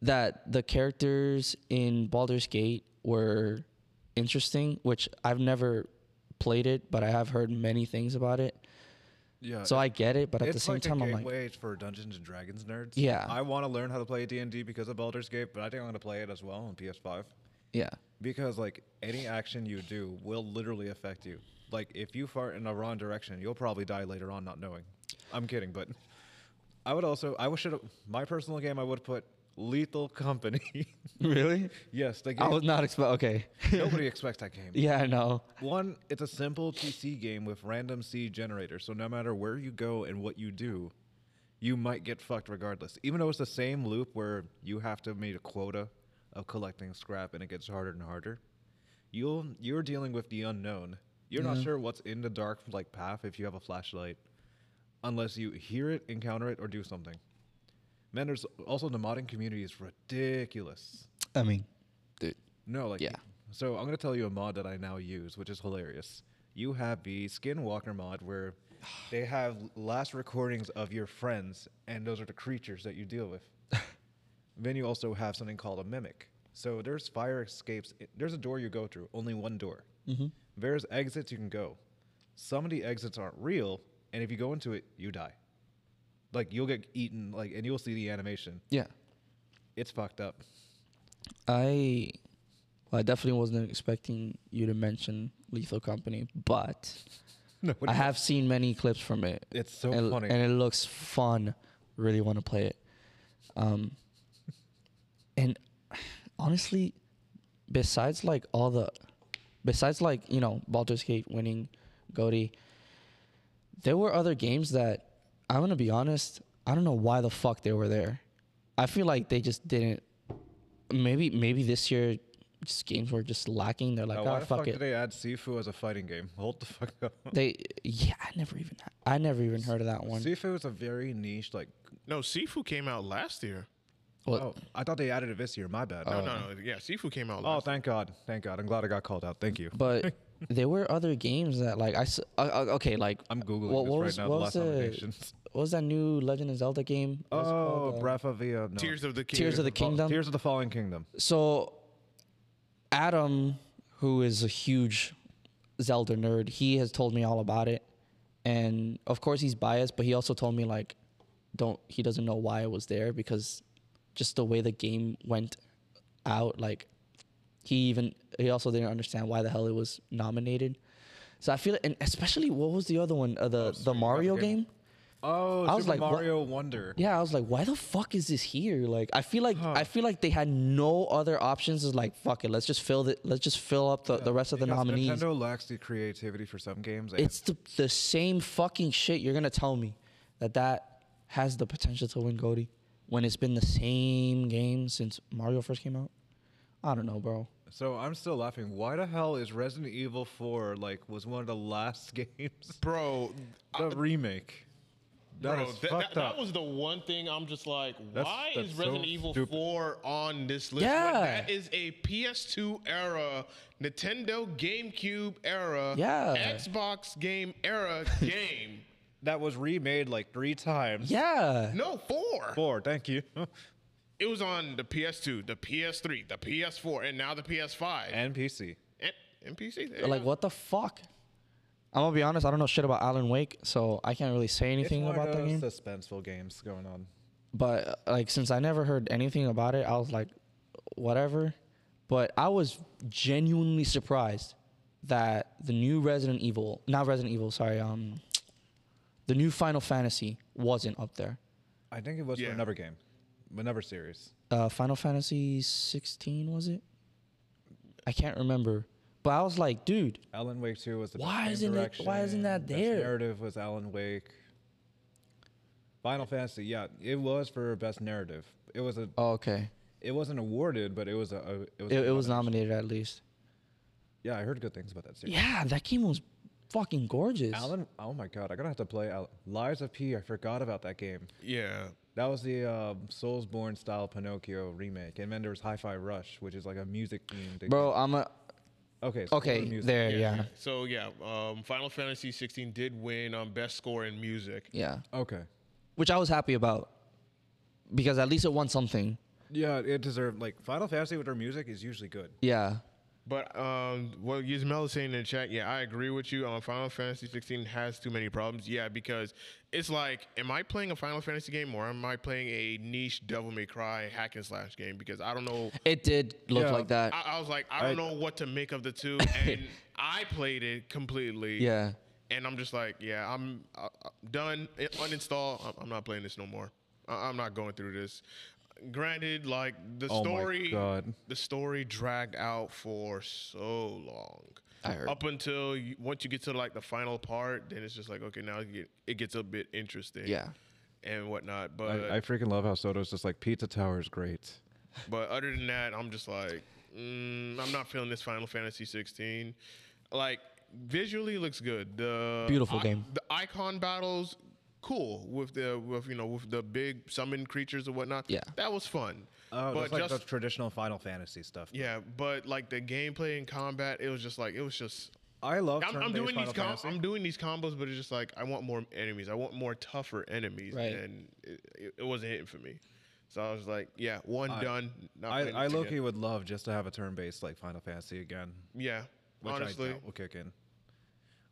S3: that the characters in Baldur's Gate were interesting, which I've never played it, but I have heard many things about it.
S2: Yeah.
S3: So I get it, but at
S2: Uh, it's
S3: the same
S2: like
S3: time
S2: a
S3: I'm like
S2: gateway for Dungeons and Dragons nerds.
S3: Yeah.
S2: I want to learn how to play D and D because of Baldur's Gate, but I think I'm gonna play it as well on PS5
S3: yeah.
S2: because like any action you do will literally affect you. Like if you fart in the wrong direction, you'll probably die later on not knowing. I'm kidding, but I would also I wish it my personal game I would put Lethal Company. (laughs)
S3: Really?
S2: yes, the
S3: I
S2: game
S3: was not expect. Okay. (laughs)
S2: nobody expects that game.
S3: Yeah, I know.
S2: One, it's a simple PC game with random seed generators, so no matter where you go and what you do, you might get fucked regardless. Even though it's the same loop where you have to meet a quota of collecting scrap and it gets harder and harder, you'll you're dealing with the unknown. You're not sure what's in the dark like path if you have a flashlight, unless you hear it, encounter it, or do something. Man, there's also the modding community is ridiculous.
S3: I mean, dude.
S2: No, like
S3: Yeah.
S2: So I'm gonna tell you a mod that I now use, which is hilarious. You have the Skinwalker mod
S3: (sighs)
S2: where they have last recordings of your friends, and those are the creatures that you deal
S3: (laughs)
S2: with. then you also have something called a mimic. So there's fire escapes. i- There's a door you go through, only one door.
S3: Mm-hmm.
S2: There's exits you can go. Some of the exits aren't real, and if you go into it, you die. Like you'll get eaten, like, and you'll see the animation.
S3: Yeah.
S2: It's fucked up.
S3: I well, I definitely wasn't expecting you to mention Lethal Company, but
S2: No, what
S3: I
S2: do you-
S3: have seen many clips from it.
S2: it's so
S3: and,
S2: funny.
S3: and it looks fun. Really want to play it. Um, and honestly, besides like all the, besides like you know Baldur's Gate winning, Goaty, there were other games that I'm gonna be honest. I don't know why the fuck they were there. I feel like they just didn't. Maybe maybe this year, just games were just lacking. They're like,
S2: Now,
S3: oh,
S2: why the
S3: fuck,
S2: fuck
S3: it.
S2: did they add Sifu as a fighting game? (laughs) Hold the fuck up.
S3: They yeah, I never even I never even heard of that one.
S2: Sifu is a very niche, like.
S1: No, Sifu came out last year.
S3: Well,
S2: Oh, I thought they added it this year. My bad.
S3: Oh. Uh,
S1: No, no, no. Yeah, Sifu came out
S2: Oh,
S1: last.
S2: thank God. Thank God. I'm glad I got called out. Thank you. (laughs)
S3: but there were other games that like I s- uh, uh, okay like
S2: I'm Googling
S3: what,
S2: this
S3: what
S2: right
S3: was,
S2: now.
S3: what
S2: the
S3: was
S2: last
S3: the,
S2: nominations.
S3: what was that new Legend of Zelda game? What was it
S2: Oh,
S3: called? Uh,
S2: Breath of the. Uh, no.
S1: Tears of the King.
S3: Tears of the
S2: Fall-
S3: Kingdom.
S2: Tears of the Fallen Kingdom.
S3: So Adam, who is a huge Zelda nerd, he has told me all about it, and of course he's biased, but he also told me like don't he doesn't know why it was there because just the way the game went out like he even he also didn't understand why the hell it was nominated. So I feel and especially what was the other one uh, the the Mario
S2: game.
S3: game?
S2: Oh,
S3: I was
S2: Super
S3: like, what-
S2: Mario Wonder.
S3: Yeah, I was like, why the fuck is this here? Like, I feel like I feel like they had no other options. Is like, fuck it, let's just fill it. Let's just fill up the, the rest of the
S2: Because
S3: nominees.
S2: Nintendo lacks the creativity for some games. and-
S3: It's the the same fucking shit. You're gonna tell me that that has the potential to win Goldie when it's been the same game since Mario first came out. I don't know, bro.
S2: so I'm still laughing. Why the hell is Resident Evil 4 like was one of the last (laughs) games?
S1: Oh, Bro,
S2: the remake. That
S1: bro,
S2: is
S1: that,
S2: fucked
S1: that, that
S2: up.
S1: was the one thing I'm just like,
S2: That's-
S1: why
S2: that's
S1: is
S2: so
S1: Resident Evil
S2: stupid.
S1: 4 on this list? when
S3: Yeah.
S1: that is a PS2 era, Nintendo GameCube era,
S3: Yeah.
S1: Xbox game
S2: (laughs)
S1: era game.
S2: that was remade like three times.
S3: Yeah,
S1: No, four.
S2: Four, thank you. (laughs)
S1: It was on the PS2, the PS3, the PS4, and now the PS5.
S2: and PC.
S1: and, and PC. there you
S3: like
S1: go.
S3: what the fuck? I'm gonna be honest. I don't know shit about Alan Wake, so I can't really say anything
S2: it's one
S3: about
S2: of
S3: that game.
S2: those suspenseful games going on.
S3: but uh, like since I never heard anything about it, I was like, whatever. But I was genuinely surprised that the new Resident Evil, not Resident Evil, sorry, um, the new Final Fantasy wasn't up there.
S2: I think it was
S1: Yeah.
S2: for another game, another series.
S3: Uh, Final Fantasy 16 was it? I can't remember. But I was like, dude,
S2: Alan Wake Two was the best
S3: Why
S2: game
S3: isn't it- why
S2: direction,
S3: isn't that
S2: best
S3: there?
S2: narrative was Alan Wake. Final Fantasy, yeah, it was for best narrative. It was a,
S3: oh, okay,
S2: it wasn't awarded, but it was a, a- it was.
S3: it,
S2: a
S3: it was
S2: nomination.
S3: nominated at least.
S2: Yeah, I heard good things about that series.
S3: Yeah, that game was fucking gorgeous.
S2: Alan, oh my god, I'm gonna have to play Al- Lies of P. I forgot about that game.
S1: yeah.
S2: That was the uh, Soulsborne style Pinocchio remake, and then there was Hi-Fi Rush, which is like a music themed. thing.
S3: Bro, I'm a
S2: okay, so
S3: okay
S2: music.
S3: there, yeah,
S1: So yeah, um, Final Fantasy 16 did win on best score in music.
S3: yeah.
S2: Okay.
S3: which I was happy about because at least it won something.
S2: Yeah, it deserved like Final Fantasy with their music is usually good.
S3: Yeah.
S1: But um, what Yuzmel is saying in the chat, yeah, I agree with you. Um, Final Fantasy 16 has too many problems. Yeah, because it's like, am I playing a Final Fantasy game or am I playing a niche Devil May Cry hack and slash game? Because I don't know.
S3: It did look
S2: Yeah.
S3: like that.
S1: I, I was like, I don't know what to make of the (laughs) two, and I played it completely.
S3: yeah.
S1: And I'm just like, yeah, I'm uh, uh, done. Uh, Uninstall. I'm, I'm not playing this no more. I, I'm not going through this. Granted, like the
S2: Oh my
S1: story,
S2: God.
S1: the story dragged out for so long.
S3: I heard.
S1: Up until you, once you get to like the final part, then it's just like okay, now it, get, it gets a bit interesting,
S3: Yeah.
S1: and whatnot. But
S2: I, I freaking love how Soto's just like Pizza Tower's great.
S1: But other than that, I'm just like, mm, I'm not feeling this Final Fantasy 16. Like visually it looks good. The
S3: Beautiful
S1: i-
S3: game.
S1: The icon battles, cool with the with you know with the big summon creatures and whatnot.
S3: Yeah.
S1: that was fun.
S2: Oh,
S1: but
S2: that's like
S1: just
S2: the traditional Final Fantasy stuff.
S1: yeah, but like the gameplay and combat, it was just like it was just.
S2: I love.
S1: I'm, I'm
S2: turn-based
S1: doing these
S2: Final
S1: com-
S2: Fantasy.
S1: I'm doing these combos, but it's just like I want more enemies. I want more tougher enemies,
S3: Right.
S1: and it, it, it wasn't hitting for me. So I was like, yeah, one done. Not
S2: I,
S1: playing
S2: I
S1: this
S2: low
S1: again.
S2: key would love just to have a turn based like Final Fantasy again,
S1: Yeah.
S2: which I
S1: honestly,
S2: doubt will kick in.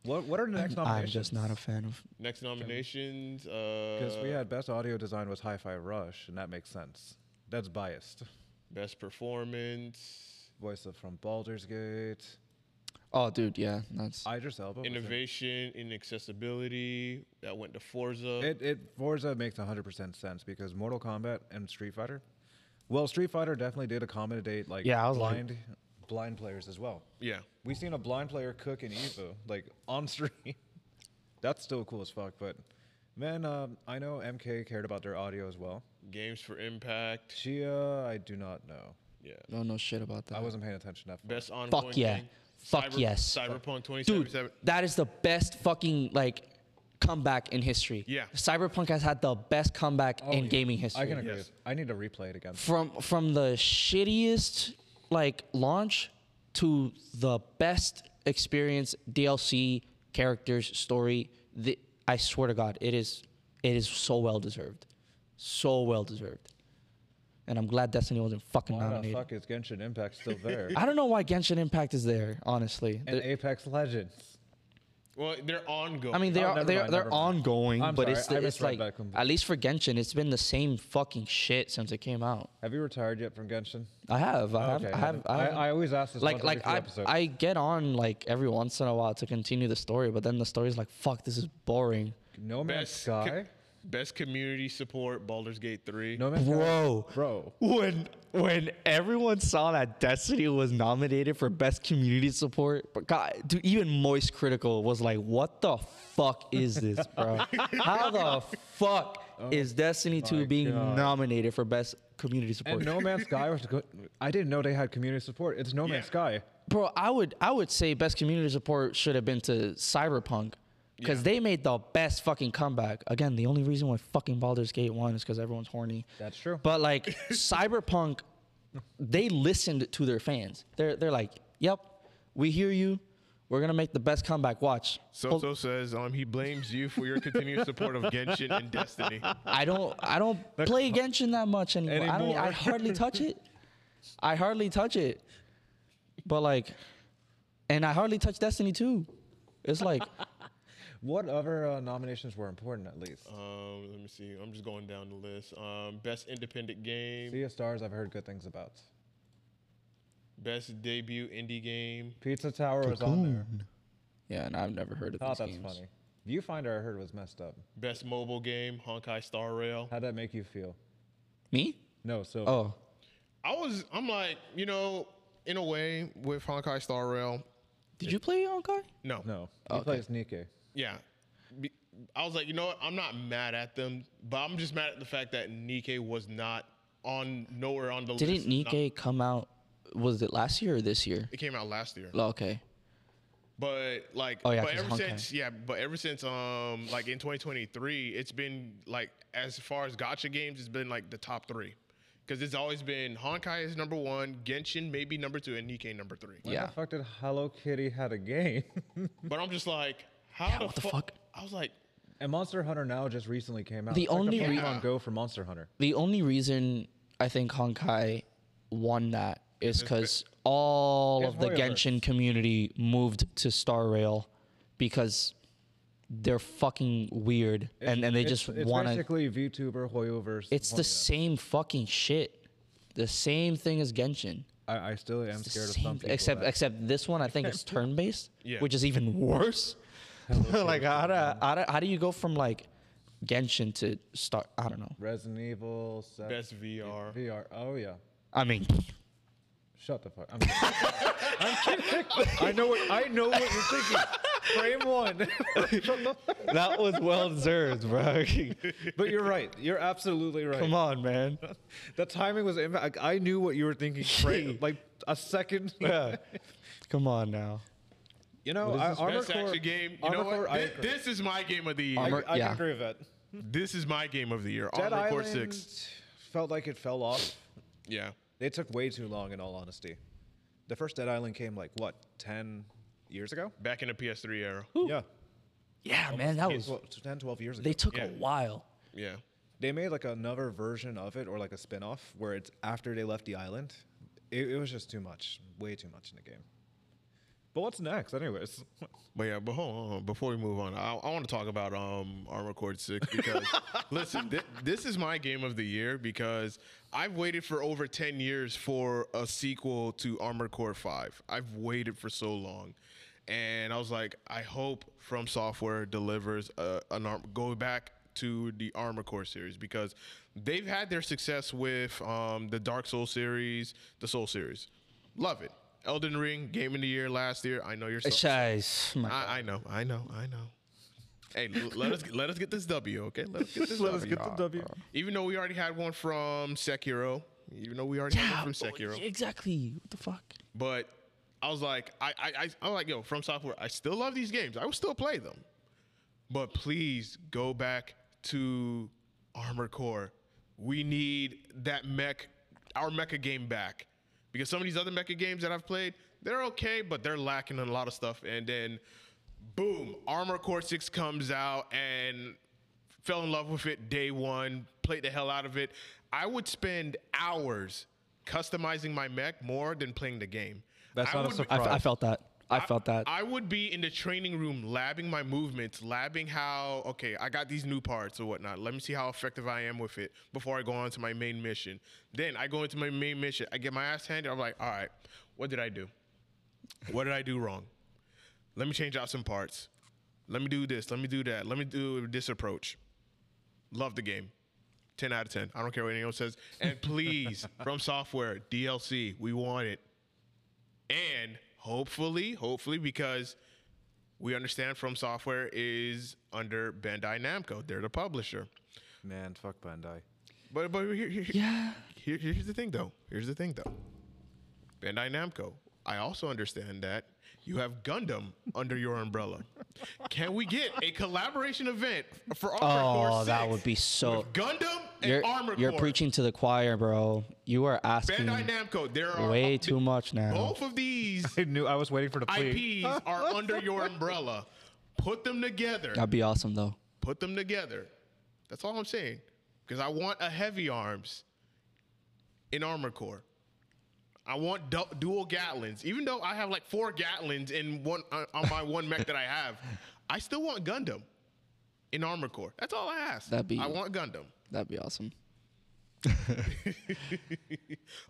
S2: What What are the next
S3: I'm
S2: nominations?
S3: just not a fan of.
S1: next nominations.
S2: because
S1: Uh,
S2: we had best audio design was Hi-Fi Rush, and that makes sense. That's biased.
S1: best performance,
S2: Voice of from Baldur's Gate,
S3: Oh, dude, yeah, that's.
S2: Idris Elba. was in-
S1: innovation, in accessibility. That went to Forza.
S2: It it Forza makes 100% sense because Mortal Kombat and Street Fighter. Well, Street Fighter definitely did accommodate like
S3: Yeah, I was like-
S2: blind blind players as well.
S1: yeah.
S2: We seen a blind player cook in Evo, like on stream. (laughs) That's still cool as fuck. But man, um, I know MK cared about their audio as well.
S1: Games for impact.
S2: Chia, I do not know.
S1: Yeah.
S3: don't know shit about that.
S2: I wasn't paying attention that far.
S1: Best ongoing.
S3: Fuck yeah.
S1: game,
S3: Fuck
S1: Cyber-
S3: yes.
S1: Cyberpunk 2077.
S3: Dude, that is the best fucking like comeback in history.
S1: Yeah.
S3: Cyberpunk has had the best comeback
S2: Oh,
S3: in
S2: yeah.
S3: gaming
S2: I
S3: history.
S2: can agree.
S1: Yes.
S2: I need to replay it again.
S3: from from the shittiest like launch to the best experience DLC characters story. The, I swear to God, it is it is so well deserved, so well deserved, and I'm glad Destiny wasn't fucking
S2: Why the
S3: nominated.
S2: fuck is Genshin Impact
S3: (laughs)
S2: still there?
S3: I don't know why Genshin Impact is there. Honestly,
S2: and
S3: The-
S2: Apex Legends.
S1: Well, they're ongoing.
S3: I mean, they
S2: Oh,
S3: are
S2: never
S3: they are
S2: mind,
S3: they're
S2: never mind.
S3: ongoing,
S2: I'm
S3: but
S2: sorry,
S3: it's
S2: I
S3: it's
S2: misread
S3: like
S2: that completely.
S3: at least for Genshin, it's been the same fucking shit since it came out.
S2: Have you retired yet from Genshin?
S3: I have, I have,
S2: Okay,
S3: I have, I,
S2: I,
S3: have
S2: I always ask this. once
S3: like like
S2: every few
S3: I
S2: episodes.
S3: I get on like every once in a while to continue the story, but then the story's like fuck, this is boring,
S2: No Man's
S1: best, co-
S2: Sky.
S1: best community support. Baldur's Gate 3.
S2: No Man's
S3: bro.
S2: Sky. (laughs) Bro.
S3: When when everyone saw that Destiny was nominated for best community support, but God, dude, even Moist Critical was like, "What the fuck is this,
S2: (laughs)
S3: bro? How the fuck is Destiny 2 being
S2: Oh God.
S3: nominated for best community support?"
S2: And No Man's Sky was. Go- I didn't know they had community support. It's No Man's
S1: Yeah.
S2: Sky.
S3: bro, I would I would say best community support should have been to Cyberpunk. Because
S1: Yeah.
S3: they made the best fucking comeback. Again, the only reason why fucking Baldur's Gate won is because everyone's horny.
S2: That's true.
S3: But like (laughs) Cyberpunk, they listened to their fans. They're they're like, "Yep, we hear you. We're gonna make the best comeback. Watch."
S1: Soto says um, he blames you for your continued support of Genshin and
S3: (laughs)
S1: Destiny.
S3: I don't
S2: (laughs)
S3: I don't play Genshin that much anymore. I don't I
S2: Anymore.
S3: hardly touch it. I hardly touch it. But like, and I hardly touch Destiny too. It's like.
S2: What other uh, nominations were important at least?
S1: Um, let me see. I'm just going down the list. Um, best independent game.
S2: Sea of Stars, I've heard good things about.
S1: Best debut indie game.
S2: Pizza Tower was on there.
S3: Yeah, and I've never heard of
S2: Oh,
S3: these
S2: that's
S3: games.
S2: funny. Viewfinder, I heard was messed up.
S1: Best mobile game, Honkai Star Rail.
S2: How'd that make you feel?
S3: Me?
S2: No, so
S3: Oh,
S1: I was, I'm like, you know, in a way, with Honkai Star Rail,
S3: did you play Honkai?
S1: no,
S2: no. He
S3: Okay.
S2: plays Nikkei.
S1: yeah. Be- I was like, you know what? I'm not mad at them, but I'm just mad at the fact that Nikkei was not on nowhere on the list.
S3: Didn't
S1: Not-
S3: Nikkei come out? Was it last year or this year?
S1: It came out last year,
S3: Oh, Okay.
S1: but like,
S3: Oh, yeah,
S1: but
S3: 'cause
S1: ever
S3: Honkai.
S1: since, yeah, but ever since, um, like in 2023, it's been like as far as gotcha games, it's been like the top three, because it's always been Honkai is number one, Genshin maybe number two, and Nikkei number three.
S2: When
S3: Yeah.
S2: the fuck did Hello Kitty had a game? (laughs)
S1: But I'm just like, how the,
S3: what the
S1: fu-
S3: fuck?
S1: I was like,
S2: and Monster Hunter now just recently came out.
S3: The
S2: It's like
S3: only
S2: the
S3: re-
S2: Pokemon Go for Monster Hunter.
S3: The only reason I think Honkai won that is because all
S2: It's
S3: of the
S2: Hoyoverse.
S3: Genshin community moved to Star Rail because they're fucking weird and, and they
S2: It's-
S3: just
S2: it's
S3: want to.
S2: basically VTuber Hoyoverse.
S3: It's the same fucking shit. The same thing as Genshin.
S2: I, I still am
S3: the
S2: scared of
S3: same
S2: some
S3: th-
S2: people.
S3: except
S2: that-
S3: except this one I think (laughs) is turn based,
S1: Yeah. (laughs)
S3: (laughs) which is even worse. like how do, how do how do you go from like Genshin to start. I don't know.
S2: Resident Evil. Seven,
S1: Best VR.
S2: VR. Oh yeah.
S3: I (laughs) mean,
S2: Shut the fuck. I'm kidding. (laughs) I'm kidding. I know what I know what you're thinking. Frame one. Shut the fuck-
S3: that was well deserved, bro. (laughs)
S2: but you're right. You're absolutely right.
S3: Come on, (laughs) man.
S2: The timing was. im- Like, I knew what you were thinking.
S3: (laughs)
S2: Frame, like a second.
S3: Yeah. Come on now.
S2: You know,
S3: What is
S2: I,
S3: this?
S2: Armor
S1: Best
S2: Core.
S1: action game. You
S2: Armor
S1: know
S2: Core,
S1: what?
S2: I
S1: Thi-
S2: agree.
S1: This, is my game of the year.
S2: I,
S3: Armor-
S2: I can
S3: yeah.
S2: agree with that.
S1: this is my game of the year. Armored
S2: Dead Island
S1: Core Six.
S2: felt like it fell off.
S1: Yeah.
S2: They took way too long, in all honesty. The first Dead Island came like what ten years ago?
S1: Back in the PS3 era.
S2: Yeah,
S3: Yeah, man. That was.
S2: 12, 10, 12 years ago.
S3: They took
S1: Yeah.
S3: a while.
S1: Yeah.
S2: they made like another version of it or like a spin-off where it's after they left the island it, it was just too much way too much in the game but what's next anyways
S1: But yeah, but hold on, hold on. before we move on, I, I want to talk about um Armor Core Six because listen, thi- this is my game of the year because I've waited for over ten years for a sequel to Armor Core Five. I've waited for so long, and I was like, I hope From Software delivers a, an arm. Go back to the Armor Core series because they've had their success with um, the Dark Soul series, the Soul series. Love it. Elden Ring, game of the year last year. I know you're. so-
S3: Guys, my
S1: I, I know, I know, I know. Hey, l- let us let us get this W, okay? Let us get this
S2: (laughs) Let us
S1: W.
S2: get the W.
S1: Even though we already had one from Sekiro, even though we already had one from
S3: oh,
S1: Sekiro,
S3: Exactly. What the fuck?
S1: but I was like, I, I, I, I'm like, yo, from software, I still love these games. I will still play them, but please go back to Armor Core. We need that mech, our mecha game back, because some of these other mecha games that I've played, they're okay, but they're lacking in a lot of stuff. And then, boom, Armor Core Six comes out, and fell in love with it day one, played the hell out of it. I would spend hours customizing my mech more than playing the game.
S2: That's
S1: I
S2: not a
S1: would,
S3: I, f-
S2: Right.
S3: I felt that. I felt that.
S1: I would be in the training room labbing my movements, labbing how, okay, I got these new parts or whatnot. Let me see how effective I am with it before I go on to my main mission. Then I go into my main mission. I get my ass handed. I'm like, all right, what did I do? What did I do wrong? Let me change out some parts. Let me do this. Let me do that. Let me do this approach. Love the game. 10 out of 10. I don't care what anyone says. And please, from software, DLC, we want it. And hopefully, hopefully, because we understand from software is under Bandai Namco. They're the publisher.
S2: (laughs) man fuck bandai
S1: But but here, here,
S3: yeah.
S1: here- here's the thing though. Here's the thing though. Bandai Namco. I also understand that you have Gundam under your umbrella. Can we get a collaboration event for Armor Core
S3: Oh,
S1: 6
S3: that would be so.
S1: with Gundam and
S3: You're,
S1: Armor
S3: you're
S1: Core?
S3: preaching to the choir, bro. You are asking
S1: Bandai Namco. There are
S3: way too much now.
S1: both of these
S2: i knew i was waiting for the plea
S1: IPs are under your umbrella. Put them together.
S3: That'd be awesome, though.
S1: Put them together. That's all I'm saying. Because I want a heavy arms in Armor Core. I want du- dual Gatlins. Even though I have like four Gatlins in one on on my one mech that I have, I still want Gundam in Armor Core. That's all I ask.
S3: That'd be-
S1: I want Gundam.
S3: That'd be awesome.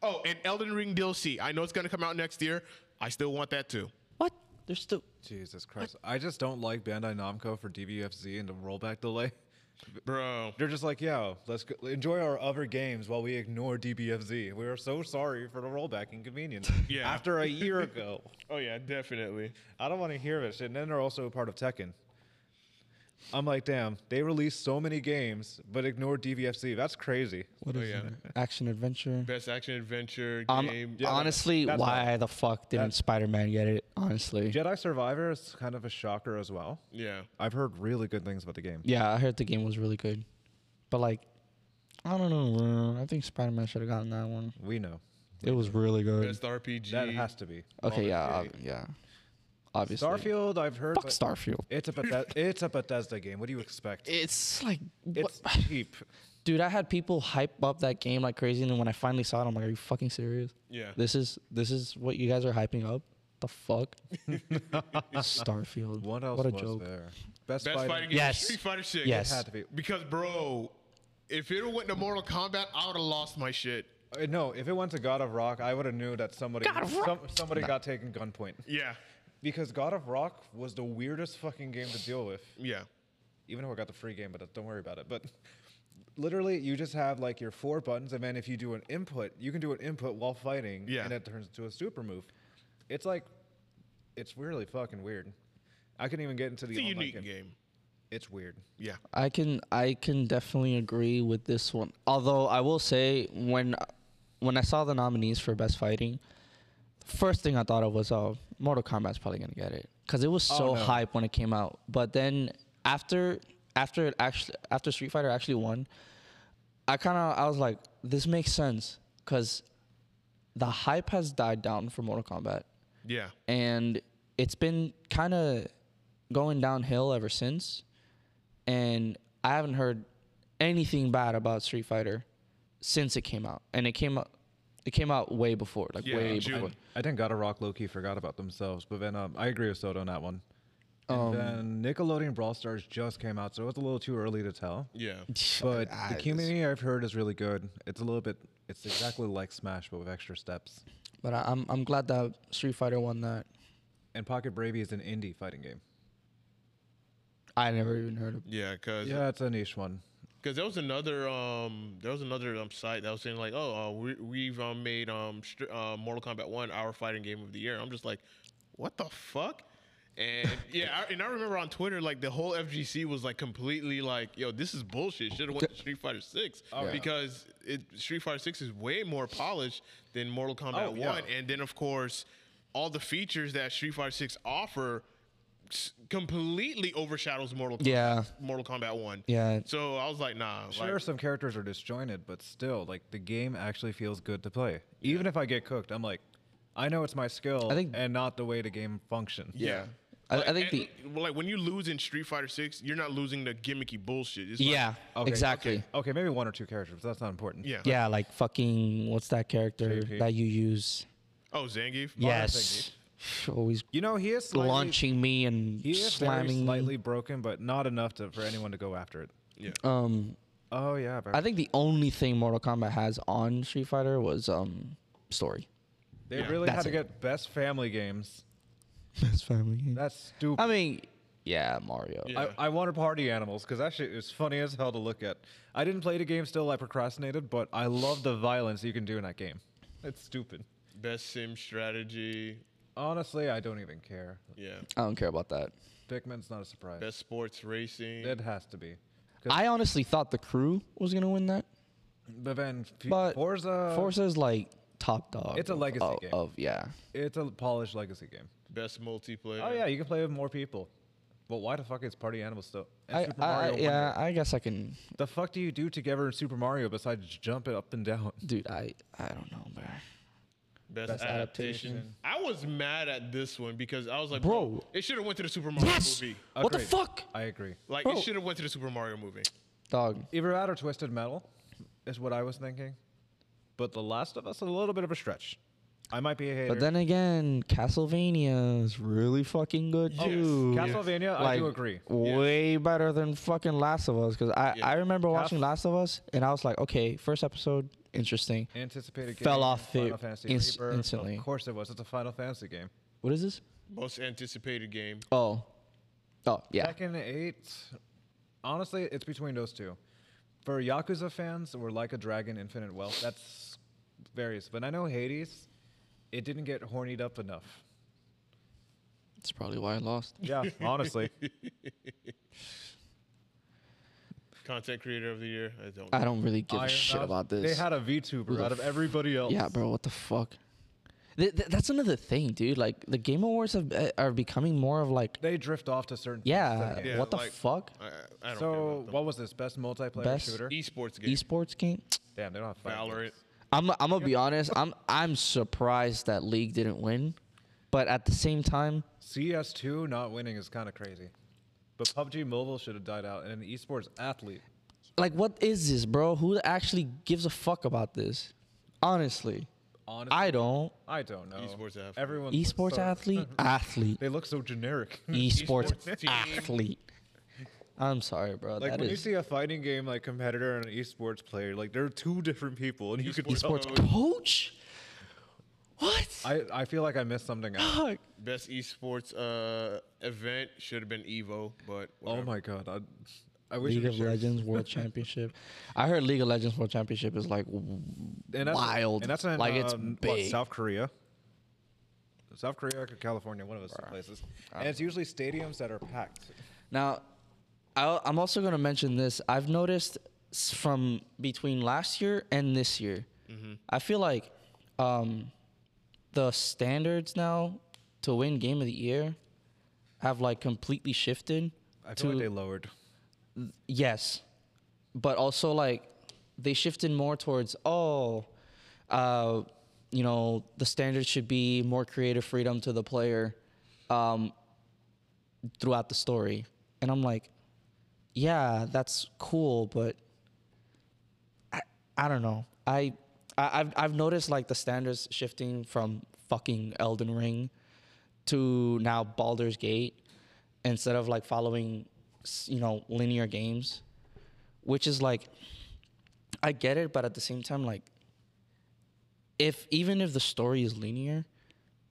S1: Oh, and Elden Ring DLC. I know it's gonna come out next year. I still want that too.
S3: What? There's still.
S2: jesus christ i just don't like bandai namco for dvfz and the rollback delay (laughs)
S1: Bro.
S2: they're just like yeah let's go, enjoy our other games while we ignore dbfz we are so sorry for the rollback inconvenience
S1: (laughs) Yeah.
S2: after a
S1: (laughs)
S2: year ago
S1: Oh yeah, definitely.
S2: I don't want to hear this. shit. And then they're also a part of Tekken. I'm like, damn, they released so many games, but ignored DVFC. That's crazy.
S3: What
S1: Oh,
S3: is
S1: yeah.
S3: it? Action adventure.
S1: Best action adventure
S3: Um,
S1: game.
S3: honestly,
S2: that's
S3: why the fuck didn't Spider-Man get it? Honestly.
S2: Jedi Survivor is kind of a shocker as well.
S1: yeah.
S2: I've heard really good things about the game.
S3: Yeah, I heard the game was really good, but like, I don't know. bro. I think Spider-Man should have gotten that one.
S2: We know.
S3: It was really good.
S1: Best RPG.
S2: That has to be.
S3: Okay, yeah,
S1: Ball
S3: ob- yeah. Obviously.
S2: Starfield, I've heard.
S3: Fuck
S2: but
S3: Starfield.
S2: it's, a Bethes- it's a Bethesda game. What do you
S3: (laughs)
S2: expect?
S3: It's like, what?
S2: It's cheap.
S3: dude, I had people hype up that game like crazy, and then when I finally saw it, I'm like, are you fucking serious?
S1: yeah.
S3: This is this is what you guys are hyping up. The fuck? Starfield.
S2: What else
S3: What a
S2: was
S3: joke.
S2: there? Best,
S1: Best
S2: fighting.
S1: fighting game.
S3: Yes.
S1: Street Fighter Six.
S3: Yes.
S2: Had to be.
S1: Because bro, if it went to Mortal Kombat, I would have lost my shit.
S2: Uh, No, if it went to God of Rock, I would have knew that somebody
S3: God of Rock?
S2: some, somebody got taken gunpoint.
S1: Yeah.
S2: Because God of Rock was the weirdest fucking game to deal with.
S1: Yeah.
S2: even though I got the free game, but uh, don't worry about it. But (laughs) literally, you just have like your four buttons, and then if you do an input, you can do an input while fighting,
S1: Yeah.
S2: and it turns into a super move. It's like, it's really fucking weird. I couldn't even get into the
S1: It's a
S2: online
S1: unique
S2: game.
S1: game.
S2: It's weird.
S1: Yeah.
S3: I can I can definitely agree with this one. Although I will say when when I saw the nominees for best fighting, first thing I thought of was oh, Mortal Kombat's probably gonna get it because it was so
S2: Oh, no.
S3: hype when it came out. But then after after it actually after Street Fighter actually won, I kind of I was like this makes sense because the hype has died down for Mortal Kombat (laughs)
S1: Yeah.
S3: and it's been kind of going downhill ever since. And I haven't heard anything bad about Street Fighter since it came out, and it came out it came out way before, like
S1: Yeah,
S3: way
S1: June.
S3: before.
S2: I think Gotta Rock low key forgot about themselves, but then um, I agree with Soto on that one. And then Nickelodeon Brawl Stars just came out, so it was a little too early to tell.
S1: Yeah.
S2: But
S3: Ah,
S2: the
S3: it's-
S2: community I've heard is really good. It's a little bit, it's exactly like Smash, but with extra steps.
S3: But I, I'm I'm glad that Street Fighter won that.
S2: And Pocket Bravey is an indie fighting game.
S3: I never even heard of.
S1: Yeah. Because
S2: Yeah, it's a niche one.
S1: there was another um there was another um site that was saying like oh uh, we we've um, made um str- uh, Mortal Kombat One our fighting game of the year. I'm just like, what the fuck. And yeah, I, and I remember on Twitter, like the whole FGC was like completely like, "Yo, this is bullshit." Should have went
S2: (laughs)
S1: to Street Fighter Six
S2: Oh, yeah.
S1: because it, Street Fighter Six is way more polished than Mortal Kombat
S2: Oh,
S1: One.
S2: yeah.
S1: And then of course, all the features that Street Fighter Six offer s- completely overshadows Mortal Kombat.
S3: Yeah.
S1: Mortal Kombat One.
S3: Yeah.
S1: So I was like, nah.
S2: Sure,
S1: like,
S2: some characters are disjointed, but still, like the game actually feels good to play. Even if I get cooked, I'm like, I know it's my skill
S3: I think-
S2: and not the way the game functions.
S1: yeah.
S3: I-
S1: Like,
S3: I think
S1: and- well, like when you lose in Street Fighter Six, you're not losing the gimmicky bullshit. It's like-
S3: Yeah,
S2: Okay,
S3: exactly.
S2: Okay, maybe one or two characters, but that's not important.
S1: yeah.
S3: Yeah, like fucking what's that character
S2: JP.
S3: that you use?
S1: Oh, Zangief.
S3: yes, (sighs) always
S2: You know, he is slightly,
S3: launching me and
S2: He is very
S3: slamming me.
S2: slightly broken, but not enough to, for anyone to go after it.
S3: Um,
S2: Oh yeah, but
S3: I think the only thing Mortal Kombat has on Street Fighter was um story.
S2: they
S1: yeah,
S2: really had
S3: that's
S2: to
S3: it.
S2: get best family games.
S3: That's family.
S2: That's stupid.
S3: I mean, yeah, Mario.
S1: Yeah.
S2: I, I wanted party animals because that shit is funny as hell to look at. I didn't play the game still, I procrastinated, but I love the violence you can do in that game. It's stupid.
S1: Best sim strategy.
S2: Honestly, I don't even care.
S1: Yeah.
S3: I don't care about that.
S2: Pikmin's not a surprise.
S1: Best sports racing.
S2: It has to be. 'Cause-
S3: I honestly thought the crew was gonna win that,
S2: But then F-
S3: but
S2: Forza,
S3: Forza's like top dog.
S2: Uh, It's a
S3: of-
S2: legacy
S3: of,
S2: game.
S3: of- yeah.
S2: it's a polished legacy game.
S1: Best multiplayer.
S2: Oh yeah, you can play with more people. But why the fuck is party animals still? and
S3: I,
S2: Super
S3: I- I-
S2: Mario Wonder?
S3: yeah, I guess I can,
S2: The fuck do you do together in Super Mario besides jump it up and down? (laughs)
S3: dude. I I don't know, man.
S1: Best,
S3: Best
S1: adaptation.
S3: adaptation.
S1: I was mad at this one because I was like,
S3: Bro.
S1: bro, it should have went to the Super Mario
S3: Yes.
S1: movie.
S3: What the
S2: Agreed.
S3: fuck,
S2: I agree.
S1: Like
S3: Bro.
S1: it should have went to the Super Mario movie.
S3: dog?
S2: Either that or Twisted Metal is what I was thinking. But The Last of Us a little bit of a stretch. I might be a hater.
S3: But then again, Castlevania is really fucking good too.
S2: Castlevania, I do agree.
S3: Way better than fucking Last of Us because I,
S1: Yeah.
S3: I remember
S2: Cas-
S3: watching Last of Us and I was like, okay, first episode, interesting.
S2: Anticipated
S3: Fell
S2: game,
S3: off
S2: Final
S3: it
S2: Fantasy
S3: ins-
S2: Rebirth.
S3: instantly.
S2: Of course it was. It's a Final Fantasy game.
S3: What is this?
S1: Most anticipated game.
S3: Oh, oh yeah,
S2: Tekken 8. Honestly, it's between those two. For Yakuza fans, or Like a Dragon, Infinite Wealth, that's various. But I know Hades, it didn't get hornied up enough.
S3: that's probably why I lost.
S2: (laughs) Yeah,
S3: (laughs)
S2: honestly.
S1: Content creator of the year. I don't.
S3: I don't really give
S2: Iron
S3: a shit
S2: Mouse-
S3: about this.
S2: They had a VTuber
S3: the
S2: out of everybody else.
S3: yeah, bro, what the fuck? Th- th- that's another thing, dude. Like the Game Awards have, uh, are becoming more of like,
S2: They drift off to certain.
S3: yeah,
S1: Yeah,
S3: what the
S1: like-
S3: fuck?
S1: I, I don't. care
S2: So
S1: about them.
S2: what was this best multiplayer
S3: Best
S2: shooter?
S1: esports game.
S3: Esports game.
S2: Damn, they don't have fighting
S1: Valorant.
S2: games.
S3: I'm I'm gonna be honest. I'm I'm surprised that League didn't win, but at the same time,
S2: CS2 not winning is kind of crazy, but PUBG Mobile should have died out. And an esports athlete,
S3: like, what is this, bro? Who actually gives a fuck about this? Honestly,
S2: honestly,
S3: I don't.
S2: I don't know.
S1: Esports athlete.
S2: Everyone. looks
S3: Esports
S2: so-
S3: athlete, athlete,
S2: They look so generic. (laughs)
S3: esports,
S1: Esports team.
S3: athlete. I'm sorry, bro.
S2: like
S3: that
S2: when you
S3: is
S2: see a fighting game like competitor and an esports player, like they're two different people, and you could
S1: Esports
S2: tell.
S1: coach.
S3: coach. What?
S2: I, (laughs) I feel like I missed something out.
S3: Fuck.
S1: Best esports uh, event should have been Evo, but
S2: Oh
S1: whatever.
S2: my god. I, I wish
S3: League
S2: we
S3: of
S2: shared-
S3: Legends World Championship. I heard League of Legends World Championship is like w-
S2: And that's,
S3: wild.
S2: And that's in,
S3: like it's
S2: um,
S3: big.
S2: What, South Korea. South Korea or California, one of those two places. And it's usually stadiums that are packed.
S3: Now, I'll, I'm also going to mention this. I've noticed s- from between last year and this year, I feel like um, the standards now to win Game of the Year have like completely shifted.
S2: I feel like
S3: to-
S2: they lowered.
S3: Yes, but also like they shifted more towards oh, uh, you know the standard should be more creative freedom to the player um, throughout the story, and I'm like, yeah, that's cool, but I, I don't know. I, I I've I've noticed like the standards shifting from fucking Elden Ring to now Baldur's Gate instead of like following s- you know linear games, which is like I get it, but at the same time like if even if the story is linear,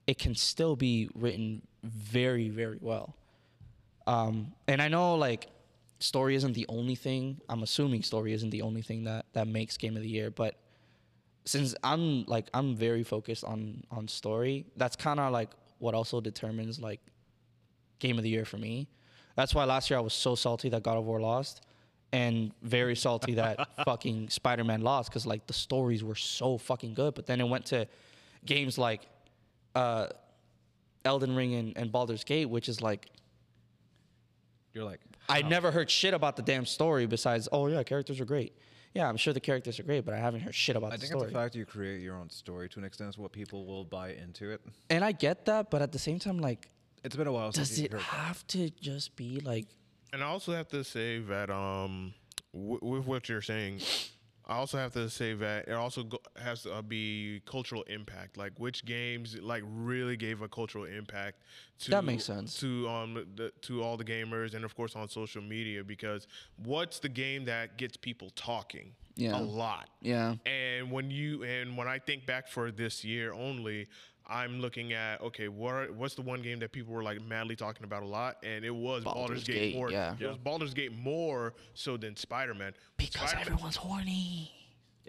S3: it can still be written very very well. Um, and I know like story isn't the only thing. I'm assuming story isn't the only thing that that makes game of the year, but since I'm like I'm very focused on on story, that's kind of like what also determines like game of the year for me. That's why last year I was so salty that God of War lost and very salty that fucking Spider-Man lost cuz like the stories were so fucking good, but then it went to games like uh Elden Ring and, and Baldur's Gate, which is like
S2: You're like,
S3: I never heard shit about the damn story besides, oh yeah, characters are great. Yeah, I'm sure the characters are great, but I haven't heard shit about
S2: I
S3: the
S2: think
S3: story.
S2: it's the fact you create your own story to an extent is what people will buy into it.
S3: and I get that, but at the same time, like,
S2: It's been a while since
S3: does
S2: you
S3: it
S2: heard.
S3: have to just be like,
S1: And I also have to say that um, w- with what you're saying, I also have to say that it also go- has to uh, be cultural impact. Like which games like really gave a cultural impact to
S3: That makes sense.
S1: to um the, to all the gamers and of course on social media because what's the game that gets people talking
S3: Yeah.
S1: a lot
S3: yeah,
S1: and when you and when I think back for this year only, I'm looking at okay, what are- what's the one game that people were like madly talking about a lot, and it was Baldur's,
S3: Baldur's
S1: Gate,
S3: Gate,
S1: more.
S3: yeah.
S1: It was Baldur's Gate more so than Spider Man.
S3: because everyone's horny.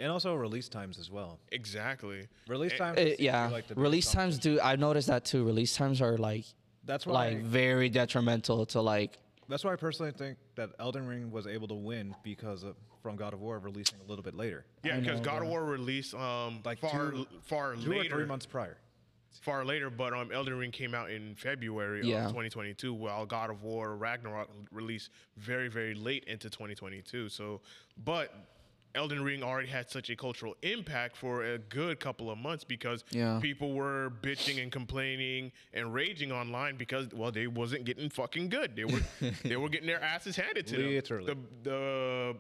S2: And also release times as well.
S1: exactly.
S2: Release
S1: Eh,
S2: times.
S3: Uh,
S2: seem to be
S3: yeah,
S2: like the big
S3: release
S2: competition.
S3: times do. I noticed that too. Release times are like,
S2: That's why.
S3: like very detrimental to like.
S2: that's why I personally think that Elden Ring was able to win because of from God of War releasing a little bit later,
S1: Yeah, because
S3: know,
S1: God of War released um
S2: Like
S1: far
S2: two-
S1: far
S2: two
S1: later,
S2: or three months prior.
S1: far later, but um Elden Ring came out in February
S3: Yeah.
S1: of 2022, while God of War Ragnarok released very very late into 2022. So, but Elden Ring already had such a cultural impact for a good couple of months because
S3: Yeah.
S1: people were bitching and complaining and raging online because well they wasn't getting fucking good. They
S3: (laughs)
S1: were they were getting their asses handed to
S2: Literally.
S1: them. The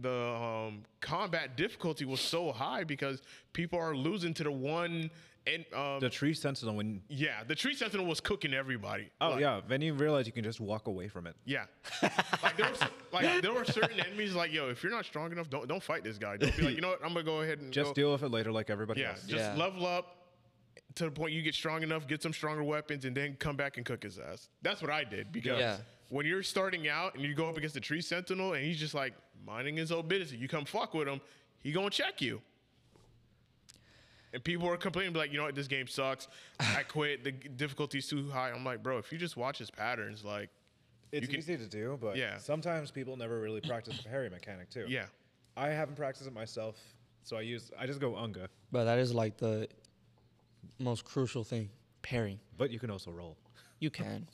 S1: the the um, combat difficulty was so high because people are losing to the one and um,
S2: The tree sentinel when
S1: yeah, the tree sentinel was cooking everybody.
S2: Oh
S1: Like,
S2: yeah, then you realize you can just walk away from it.
S1: yeah.
S2: (laughs)
S1: like, there was, like there were certain enemies like yo, if you're not strong enough, don't don't fight this guy. Don't be like you know what, I'm gonna go ahead and
S2: Just
S1: go-
S2: deal with it later, like everybody
S1: Yeah,
S2: else.
S1: just
S3: Yeah.
S1: level up to the point you get strong enough, get some stronger weapons, and then come back and cook his ass. That's what I did because
S3: Yeah.
S1: when you're starting out and you go up against the tree sentinel and he's just like minding his own business, you come fuck with him, he gonna check you. And people are complaining like, you know what, this game sucks. I (laughs) quit. The difficulty's too high. I'm like, bro, if you just watch his patterns, like,
S2: It's
S1: you can-
S2: easy to do, but
S1: Yeah.
S2: sometimes people never really practice the parry mechanic too.
S1: yeah,
S2: I haven't practiced it myself, so I use I just go unga,
S3: But that is like the most crucial thing. Pairing,
S2: but you can also roll.
S3: you can,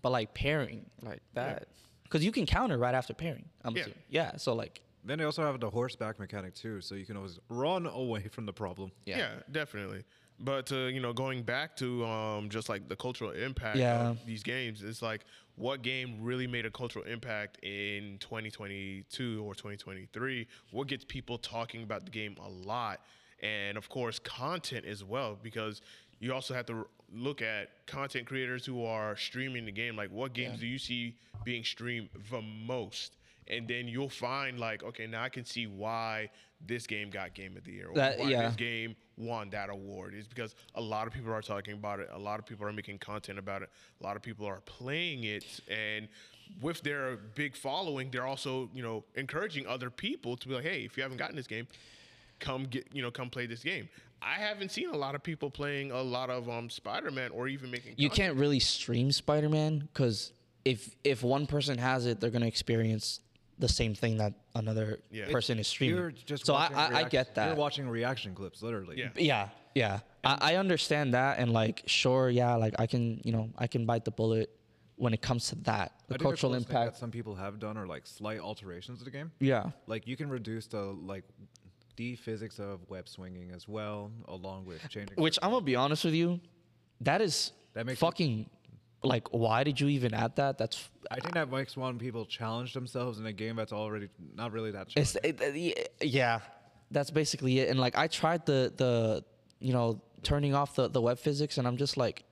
S3: but like pairing like that, because you can counter right after pairing. I'm
S1: Yeah.
S3: assuming. Yeah. So like.
S2: Then they also have the horseback mechanic too, so you can always run away from the problem.
S1: yeah, definitely. But uh, you know, going back to um, just like the cultural impact
S3: Yeah.
S1: of these games, it's like what game really made a cultural impact in 2022 or 2023? What gets people talking about the game a lot, and of course, content as well, because you also have to r- look at content creators who are streaming the game. Like, what games do you see being streamed the most? and then you'll find like, okay, now I can see why this game got Game of the Year, or
S3: That-
S1: why
S3: yeah.
S1: this game won that award. It's because a lot of people are talking about it, a lot of people are making content about it, a lot of people are playing it, and with their big following, they're also you know encouraging other people to be like, hey, if you haven't gotten this game, come get you know come play this game. I haven't seen a lot of people playing a lot of um Spider-Man or even making
S3: you
S1: content.
S3: can't really stream Spider-Man because if if one person has it, they're gonna experience the same thing that another
S1: Yeah.
S3: person is streaming.
S2: You're just
S3: so I,
S2: watching
S3: I, I
S2: react-
S3: get that.
S2: You're watching reaction clips, literally.
S1: Yeah.
S3: yeah, yeah, I, I understand that, and like, sure, yeah, like I can, you know, I can bite the bullet when it comes to that, the
S2: I think
S3: cultural
S2: coolest thing that
S3: impact.
S2: some people have done are like slight alterations to the game.
S3: Yeah,
S2: Like you can reduce the like the physics of web swinging as well, along with changing.
S3: which I'm gonna be honest with you, that is
S2: That makes-
S3: fucking like, why did you even add that? That's
S2: I think that makes one people challenge themselves in a game that's already not really that.
S3: It's
S2: challenging.
S3: it, uh, y- yeah, that's basically it. And like I tried the the you know turning off the the web physics, and I'm just like,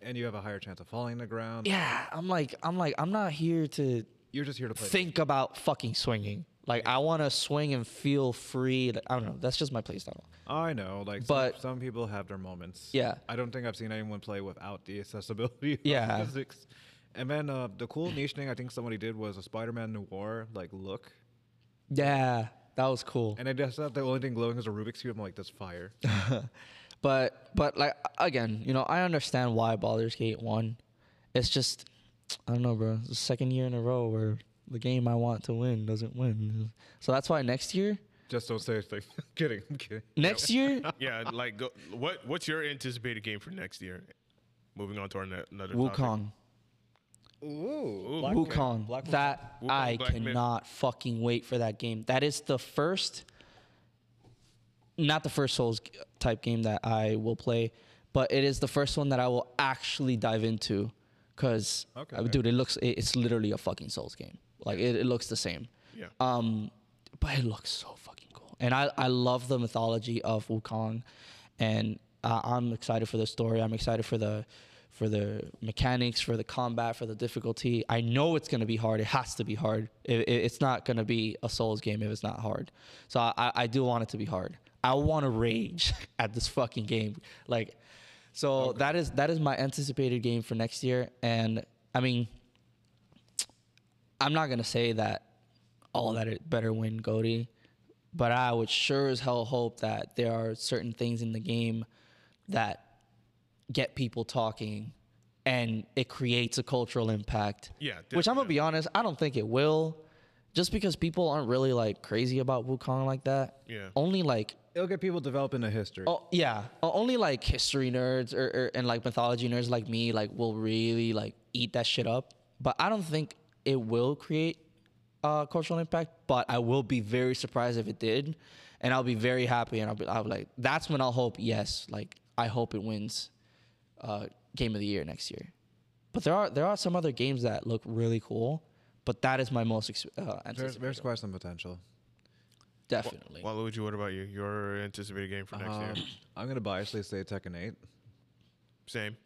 S2: and you have a higher chance of falling to the ground.
S3: yeah, I'm like I'm like I'm not here to
S2: You're just here to play.
S3: think about fucking swinging. Like I want to swing and feel free. Like, I don't know. That's just my playstyle.
S2: I know, like,
S3: But-
S2: some, some people have their moments.
S3: Yeah.
S2: I don't think I've seen anyone play without the accessibility. of
S3: Yeah.
S2: physics. And then uh, the cool niche thing I think somebody did was a Spider-Man noir like look,
S3: Yeah, that was cool.
S2: and I just thought the only thing glowing is a Rubik's cube. I'm like, that's
S3: (laughs)
S2: fire.
S3: But but like again, you know, I understand why Baldur's Gate won. It's just I don't know, bro. It's the second year in a row where the game I want to win doesn't win. So that's why next year,
S2: just don't say anything. (laughs) kidding. I'm kidding.
S3: next year
S1: yeah, like go, what what's your anticipated game for next year? Moving on to our ne- another topic.
S3: Wukong.
S2: Ooh.
S1: Black
S3: Wukong. that
S1: Wukong,
S3: I
S1: Black Myth.
S3: cannot fucking wait for that game. That is the first, not the first Souls g- type game that I will play, but it is the first one that I will actually dive into, because
S2: Okay.
S3: dude, it looks it, it's literally a fucking Souls game. Like it, it looks the same.
S1: Yeah.
S3: Um, but it looks so fucking cool, and I I love the mythology of Wukong, and uh, I'm excited for the story. I'm excited for the for the mechanics, for the combat, for the difficulty. I know it's gonna be hard. It has to be hard. It, it, it's not gonna be a Souls game if it's not hard. So I I, I do want it to be hard. I want to rage (laughs) at this fucking game, like. So that is that is my anticipated game for next year, and I mean, I'm not gonna say that all that it better win Goaty, but I would sure as hell hope that there are certain things in the game that get people talking and it creates a cultural impact.
S1: Yeah,
S3: Which I'm gonna be honest, I don't think it will. Just because people aren't really like crazy about Wukong like that.
S1: Yeah.
S3: Only like
S2: It'll get people developing a history.
S3: Oh yeah, O- only like history nerds or, or and like mythology nerds like me like will really like eat that shit up. But I don't think it will create uh, cultural impact. But I will be very surprised if it did, and I'll be very happy. And I'll be, I'll be like, that's when I'll hope. Yes, like I hope it wins uh, game of the year next year. But there are there are some other games that look really cool. But that is my most ex- uh,
S2: There's,
S3: anticipated.
S2: there's quite some potential.
S3: Definitely.
S1: Waluigi, what about you? Your anticipated game for next
S2: Um,
S1: year?
S2: I'm gonna biasly say Tekken 8.
S1: Same.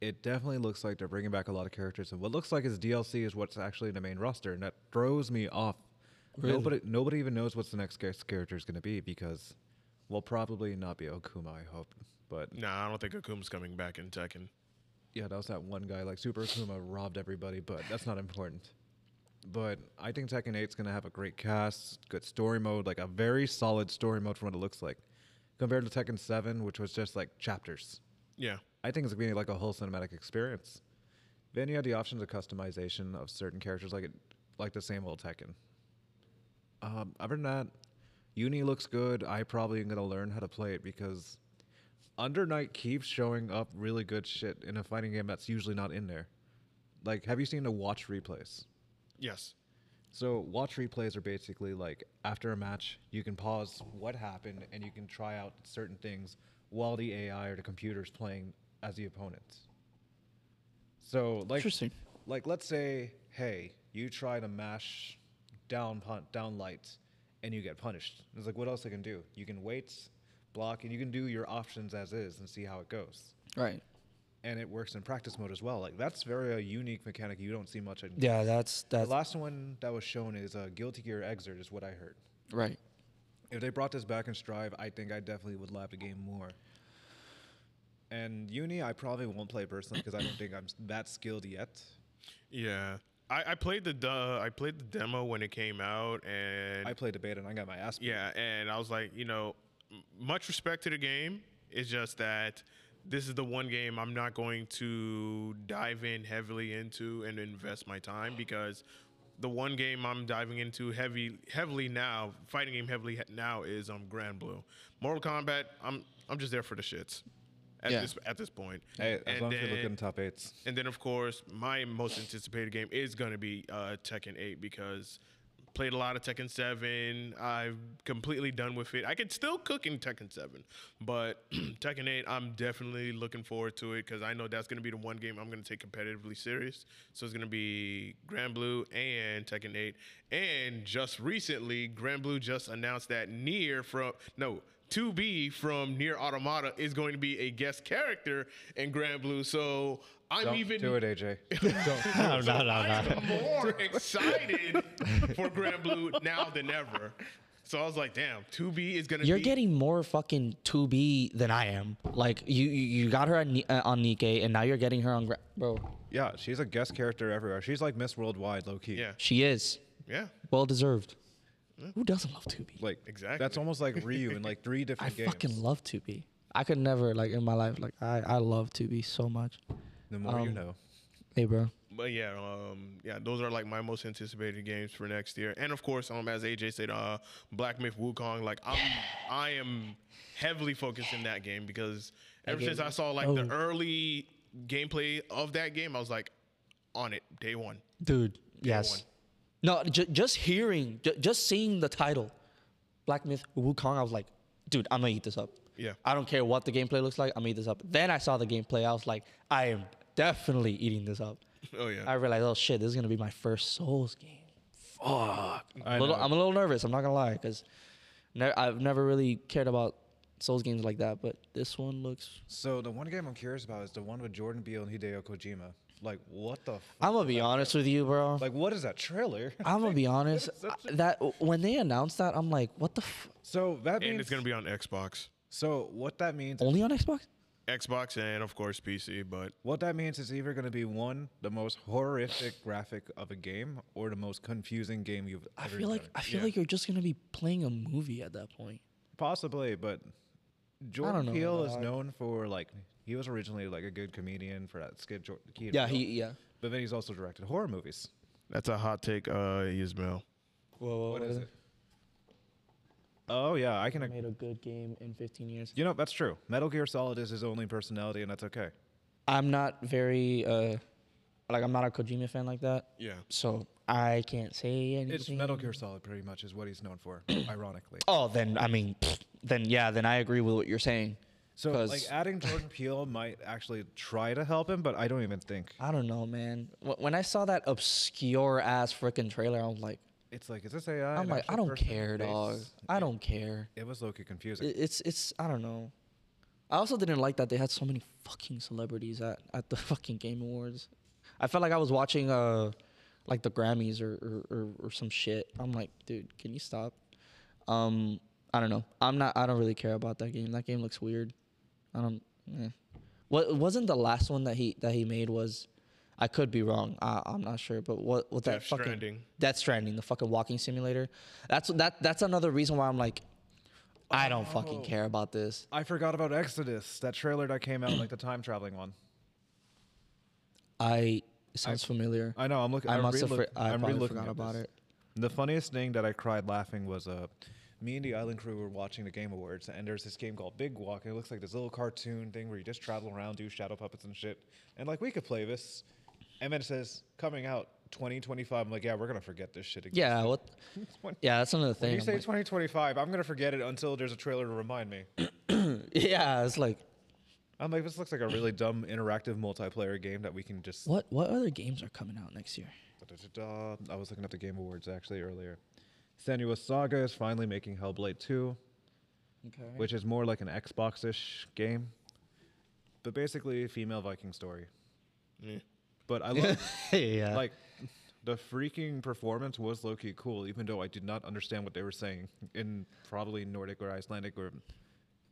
S2: It definitely looks like they're bringing back a lot of characters, and what looks like is DLC is what's actually in the main roster, and that throws me off. Nobody, nobody even knows what's the next ca- character is going to be because, well, probably not be Okuma, I hope. But
S1: Nah, I don't think Akuma's coming back in Tekken.
S2: yeah, that was that one guy like Super Okuma robbed everybody, but that's not important. But I think Tekken 8's going to have a great cast, good story mode, like a very solid story mode from what it looks like, compared to Tekken 7, which was just like chapters.
S1: Yeah.
S2: I think it's gonna be like a whole cinematic experience. Then you have the options of customization of certain characters, like it, like the same old Tekken. Um, other than that, Uni looks good. I probably am gonna learn how to play it because Under Night keeps showing up really good shit in a fighting game that's usually not in there. Like, have you seen the watch replays?
S1: Yes.
S2: So watch replays are basically like after a match, you can pause what happened and you can try out certain things while the AI or the computer's playing as the opponent. So like
S3: Interesting.
S2: like let's say, hey, you try to mash down punt down lights and you get punished. It's like what else I can do? You can wait, block, and you can do your options as is and see how it goes
S3: Right.
S2: and it works in practice mode as well. Like that's very a unique mechanic you don't see much in.
S3: Yeah, that's
S2: The
S3: that's
S2: last one that was shown is uh, Guilty Gear Exert is what I heard.
S3: right.
S2: If they brought this back in Strive, I think I definitely would love the game more. And Uni, I probably won't play personally because I don't think I'm s- that skilled yet.
S1: Yeah. I, I played the duh, I played the demo when it came out, and
S2: I played the beta and I got my ass. beat.
S1: yeah, and I was like, you know, m- much respect to the game. It's just that this is the one game I'm not going to dive in heavily into and invest my time because the one game I'm diving into heavy heavily now, fighting game heavily he- now is um Grand Blue. Mortal Kombat, I'm I'm just there for the shits. At
S3: Yeah.
S1: this at this point.
S2: Hey, as
S1: And
S2: long as we look
S1: then-
S2: in top eights.
S1: and then, of course, my most anticipated game is going to be uh, Tekken 8 because played a lot of Tekken 7. I'm completely done with it. I could still cook in Tekken 7, but (clears throat) Tekken 8, I'm definitely looking forward to it because I know that's going to be the one game I'm going to take competitively serious. So it's going to be Grand Blue and Tekken 8. And just recently, Grand Blue just announced that Near from no. 2B from Near Automata is going to be a guest character in Grand Blue. So I'm
S2: Don't
S1: even
S2: do it, AJ. Don't.
S4: No, no, no, no.
S1: I'm more excited for Grand Blue now than ever. So I was like, damn, 2B is gonna
S3: You're
S1: be
S3: getting more fucking 2B than I am. Like you you, you got her on, Ni- uh, on Nikkei and now you're getting her on Gra- bro.
S2: (laughs) yeah, she's a guest character everywhere. She's like Miss Worldwide, low key.
S1: Yeah.
S3: She is
S1: Yeah.
S3: well deserved. Who doesn't love 2B?
S2: Like
S1: Exactly.
S2: That's almost like Ryu in like (laughs) three different
S3: I
S2: games.
S3: fucking love 2B. I could never like in my life like I I love 2B so much.
S2: the more you
S3: um,
S2: know.
S3: Hey bro.
S1: But yeah, um, yeah, those are like my most anticipated games for next year. And of course, um, as AJ said, uh, Black Myth Wukong, like I'm, I am heavily focused in that game because ever
S3: game
S1: since I
S3: is
S1: saw like the
S3: dope.
S1: early gameplay of that game, I was like, on it, day one.
S3: Dude, yes. No, j- just hearing, j- just seeing the title, Black Myth Wukong, I was like, dude, I'm gonna eat this up.
S1: Yeah.
S3: I don't care what the gameplay looks like, I'm gonna eat this up. Then I saw the gameplay, I was like, I am definitely eating this up.
S1: (laughs) Oh yeah.
S3: I realized, oh shit, this is gonna be my first Souls game. Fuck.
S2: I
S3: Little-
S2: know.
S3: I'm a little nervous, I'm not gonna lie, because ne- I've never really cared about Souls games like that, but this one looks.
S2: So the one game I'm curious about is the one with Jordan Peele and Hideo Kojima. Like what the? F-
S3: I'm gonna be honest with you, bro.
S2: like what is that trailer? (laughs)
S3: I'm gonna be honest. I- that when they announced that, I'm like, what the f-
S2: so that means
S1: and it's gonna be on Xbox,
S2: So what that means?
S3: only on Xbox?
S1: Xbox, and of course PC. But
S2: What that means is either gonna be one the most horrific graphic of a game or the most confusing game you've
S3: I
S2: ever
S3: feel like
S2: done.
S3: I feel like you're just gonna be playing a movie at that point.
S2: Possibly, but
S3: know,
S2: Jordan Peele is
S3: dog.
S2: known for like he was originally like a good comedian for that skit. Jordan, Key and
S3: Yeah,
S2: Peele,
S3: he yeah.
S2: But then he's also directed horror movies.
S1: that's a hot take, uh, Ismail.
S3: Whoa, whoa, what is it?
S2: Oh yeah, I can. ag-
S3: Made a good game in 15 years.
S2: You know that's true. Metal Gear Solid is his only personality, and that's okay.
S3: I'm not very uh, like I'm not a Kojima fan like that,
S1: Yeah.
S3: so I can't say anything.
S2: It's Metal Gear Solid, pretty much, is what he's known
S3: (clears throat)
S2: for. ironically,
S3: Oh, then I mean, pfft, then yeah, then I agree with what you're saying.
S2: so
S3: 'Cause-
S2: like
S3: (laughs)
S2: adding Jordan Peele might actually try to help him, but I don't even think
S3: I don't know, man. Wh- When I saw that obscure ass freaking trailer, I was like,
S2: it's like is this AI?
S3: I'm
S2: an
S3: like,
S2: actual
S3: I don't
S2: person?
S3: care,
S2: It's-
S3: dog. I don't care.
S2: It was low-key confusing.
S3: it- it's it's I don't know. I also didn't like that they had so many fucking celebrities at, at the (laughs) fucking Game Awards. I felt like I was watching uh like the Grammys or or, or or some shit. I'm like, dude, can you stop? Um, I don't know. I'm not. I don't really care about that game. That game looks weird. I don't. Eh. What wasn't the last one that he that he made was. I could be wrong. I, I'm not sure, but what what that
S1: Death
S3: fucking
S1: Stranding.
S3: Death Stranding, the fucking walking simulator. That's that that's another reason why I'm like,
S2: Oh.
S3: I don't fucking care about this.
S2: I forgot about Exodus, that trailer that came out, like the time traveling one.
S3: I it sounds familiar.
S2: I know. I'm looking.
S3: I
S2: I'm
S3: must have.
S2: re-look-
S3: fr- I
S2: I'm
S3: probably
S2: re-looking
S3: forgot
S2: at
S3: about
S2: this.
S3: it.
S2: The funniest thing that I cried laughing was uh, me and the island crew were watching the Game Awards, and there's this game called Big Walk, and it looks like this little cartoon thing where you just travel around, do shadow puppets and shit, and like we could play this, and then it says coming out 2025. I'm like, yeah, we're gonna forget this shit again.
S3: Yeah.
S2: (laughs)
S3: What?
S2: When-
S3: Yeah, that's another thing.
S2: When you
S3: I'm
S2: say
S3: like-
S2: 2025, I'm gonna forget it until there's a trailer to remind me.
S3: yeah, it's like
S2: I'm like, this looks like a really dumb interactive multiplayer game that we can just.
S3: what? What other games are coming out next year?
S2: Da-da-da-da. I was looking up the Game Awards actually earlier. Senua's Saga is finally making Hellblade 2,
S3: Okay.
S2: which is more like an Xbox ish game. But basically, female Viking story.
S1: Yeah.
S2: But I love
S3: (laughs) (laughs) yeah.
S2: like the freaking performance was low key cool, even though I did not understand what they were saying in probably Nordic or Icelandic or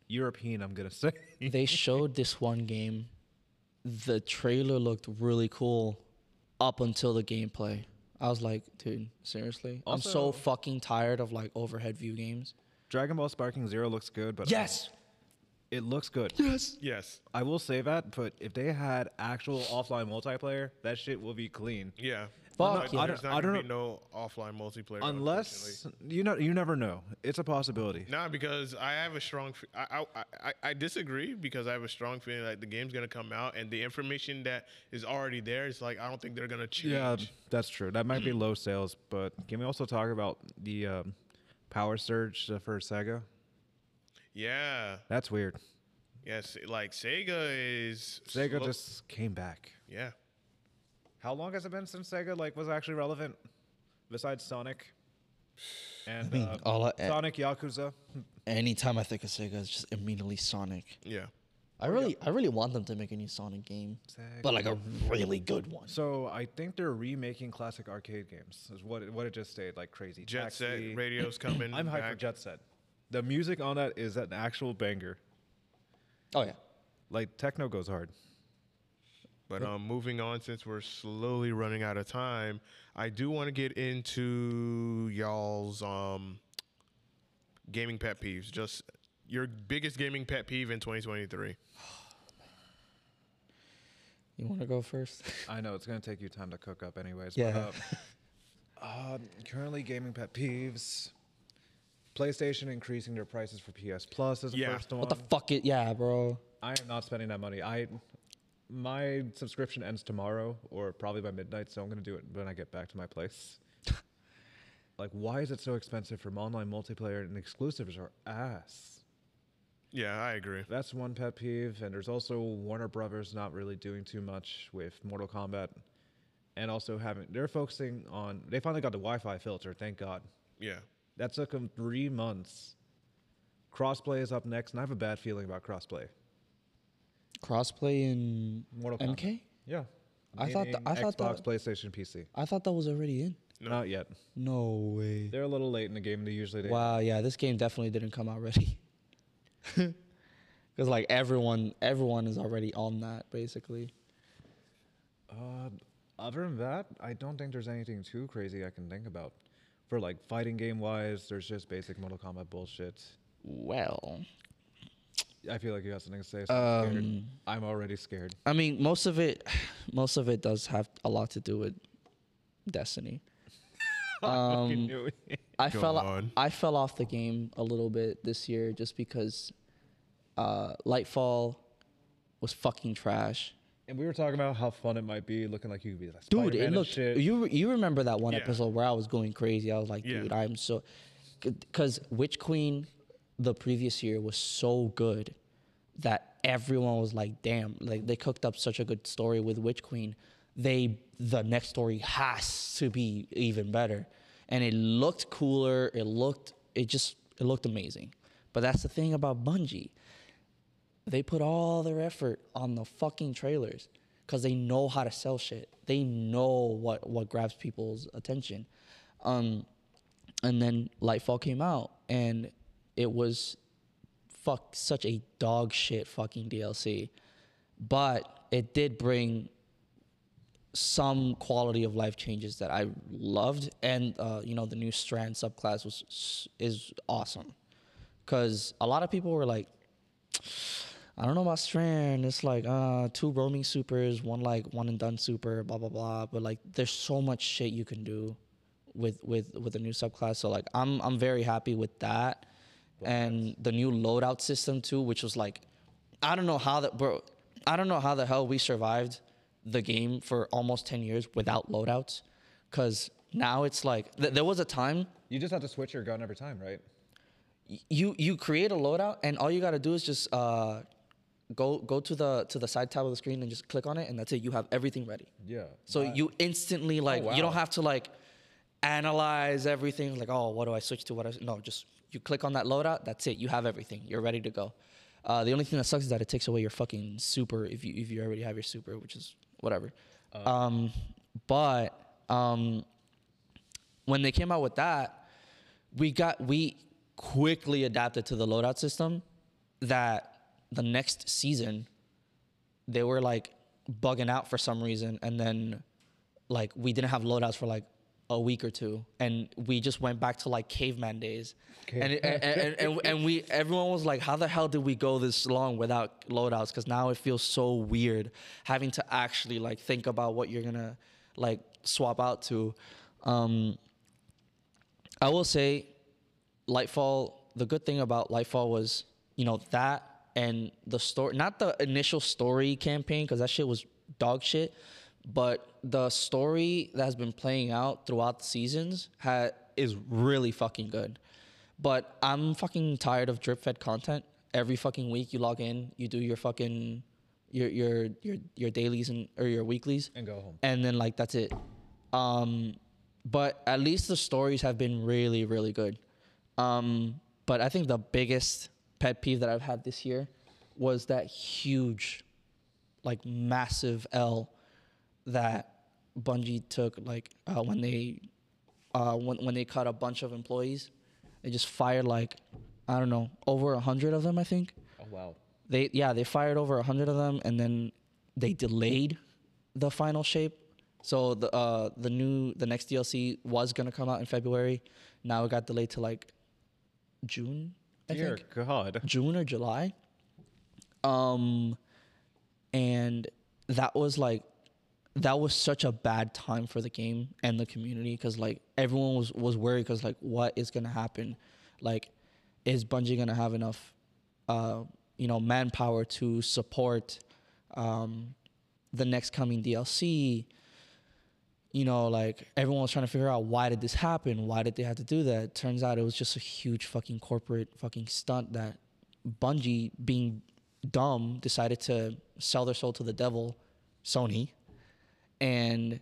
S2: European. I'm gonna say. (laughs)
S3: they showed this one game. The trailer looked really cool up until the gameplay. I was like, dude, seriously? I'm so
S2: Also-
S3: fucking tired of like overhead view games.
S2: Dragon Ball Sparking Zero looks good, but
S3: Yes.
S2: it looks good.
S3: Yes.
S1: Yes.
S2: I will say that, but if they had actual offline multiplayer, that shit will be clean.
S1: Yeah.
S3: Fuck
S1: But
S3: yeah. I
S1: There's
S2: don't-
S1: not
S2: I
S1: gonna
S2: don't
S1: be no offline multiplayer unfortunately.
S2: Unless you know, you never know. It's a possibility.
S1: Nah, because I have a strong. f- I, I- I- I- I disagree because I have a strong feeling like the game's gonna come out and the information that is already there is like I don't think they're gonna change.
S2: Yeah, that's true. That might be low sales, but can we also talk about the um, power surge for Sega?
S1: Yeah.
S2: That's weird.
S1: Yes. Like Sega is.
S2: Sega
S1: slow-
S2: just came back.
S1: Yeah.
S2: How long has it been since Sega like was actually relevant, besides Sonic? (sighs) And
S3: mean,
S2: uh,
S3: all I-
S2: Sonic Yakuza.
S3: Anytime I think of Sega, it's just immediately Sonic.
S1: Yeah.
S3: I really, I really want them to make a new Sonic game, but like a really good one.
S2: So I think they're remaking classic arcade games. Is what it, what it just stayed like crazy.
S1: Jet
S2: Taxi.
S1: Set
S2: (clears throat)
S1: Radio's coming.
S2: I'm hyped for
S1: back.
S2: Jet Set. The music on that is an actual banger.
S3: Oh yeah.
S2: Like techno goes
S3: (laughs)
S2: hard.
S1: But um, moving on, since we're slowly running out of time, I do want to get into y'all's um, gaming pet peeves. Just your biggest gaming pet peeve in 2023.
S3: You want to go (laughs) first?
S2: I know it's gonna take you time to cook up, anyways.
S3: Yeah.
S2: But, uh, (laughs) um, currently, gaming pet peeves. PlayStation increasing their prices for PS Plus is the
S1: Yeah.
S2: first one.
S3: what the fuck it? Yeah, bro.
S2: I am not spending that money. I my subscription ends tomorrow or probably by midnight, so I'm gonna do it when I get back to my place. like, why is it so expensive from online multiplayer and exclusives are ass?
S1: Yeah, I agree.
S2: That's one pet peeve, and there's also Warner Brothers not really doing too much with Mortal Kombat, and also having they're focusing on they finally got the Wi-Fi filter, thank God.
S1: Yeah.
S2: That took them three months. Crossplay is up next, and I have a bad feeling about crossplay.
S3: Crossplay in
S2: Mortal Kombat.
S3: MK.
S2: Yeah.
S3: I thought
S2: Meaning
S3: tha- I thought
S2: Xbox,
S3: that-
S2: PlayStation, PC.
S3: I thought that was already in.
S2: Not yet.
S3: No way.
S2: They're a little late in the game. They usually they
S3: Wow, yeah, this game definitely didn't come out ready. (laughs) Cuz like everyone everyone is already on that basically.
S2: Uh, other than that, I don't think there's anything too crazy I can think about. For like fighting game wise, there's just basic Mortal Kombat bullshit.
S3: Well,
S2: I feel like you got something to say. So I'm,
S3: Um,
S2: scared. I'm already scared.
S3: I mean, most of it (sighs) most of it does have a lot to do with (laughs) Destiny. Um, I
S1: Go
S3: fell
S1: on.
S3: I fell off the game a little bit this year just because uh, Lightfall was fucking trash.
S2: and we were talking about how fun it might be looking like you could be like
S3: Dude,
S2: Spider-Man
S3: it
S2: and
S3: looked
S2: shit.
S3: you you remember that one
S1: Yeah.
S3: episode where I was going crazy. I was like,
S1: Yeah.
S3: dude, I'm so cuz Witch Queen the previous year was so good that everyone was like, damn, like they cooked up such a good story with Witch Queen. They the next story has to be even better. And it looked cooler, it looked it just it looked amazing. But that's the thing about Bungie they put all their effort on the fucking trailers because they know how to sell shit. They know what what grabs people's attention. Um, and then Lightfall came out, and it was fuck such a dog shit fucking DLC, but it did bring some quality of life changes that I loved, and uh, you know the new Strand subclass was s- is awesome, because a lot of people were like, I don't know about Strand. It's like uh, two roaming supers, one like one and done super, blah blah blah. But like, there's so much shit you can do with with with a new subclass. So like, I'm I'm very happy with that, and the new loadout system too, which was like, I don't know how that bro, I don't know how the hell we survived the game for almost ten years without loadouts, because now it's like th- there was a time
S2: You just have to switch your gun every time, right?
S3: you you create a loadout and all you gotta do is just uh, go go to the to the side tab of the screen and just click on it and that's it. You have everything ready.
S2: Yeah.
S3: So you instantly like you
S2: wow.
S3: don't have to like analyze everything like oh what do I switch to what I no just you click on that loadout that's it you have everything you're ready to go. Uh, the only thing that sucks is that it takes away your fucking super if you if you already have your super, which is whatever. Um, but um, when they came out with that, we got we quickly adapted to the loadout system. That the next season, they were like bugging out for some reason, and then like we didn't have loadouts for like a week or two, and we just went back to like caveman days. And, it, and, and, and and we everyone was like, how the hell did we go this long without loadouts? Because now it feels so weird having to actually like think about what you're gonna like swap out to. Um, I will say, Lightfall. The good thing about Lightfall was, you know, that and the story, not the initial story campaign, because that shit was dog shit, but the story that has been playing out throughout the seasons ha- is really fucking good. But I'm fucking tired of drip fed content. Every fucking week, you log in, you do your fucking your your your your dailies and or your weeklies,
S2: And go home.
S3: and then like that's it. Um, but at least the stories have been really, really good. Um, but I think the biggest pet peeve that I've had this year was that huge, like massive L that Bungie took. Like uh, when they uh, when when they cut a bunch of employees, they just fired like I don't know over a hundred of them. I think
S2: Oh wow.
S3: they yeah they fired over 100 of them and then they delayed the final shape so the uh the new the next dlc was gonna come out in february now it got delayed to like june i
S2: Dear
S3: think
S2: God.
S3: june or july um and that was like that was such a bad time for the game and the community because like everyone was was worried because like what is gonna happen like is bungie gonna have enough uh you know manpower to support um the next coming dlc you know like everyone was trying to figure out why did this happen why did they have to do that turns out it was just a huge fucking corporate fucking stunt that bungie being dumb decided to sell their soul to the devil sony and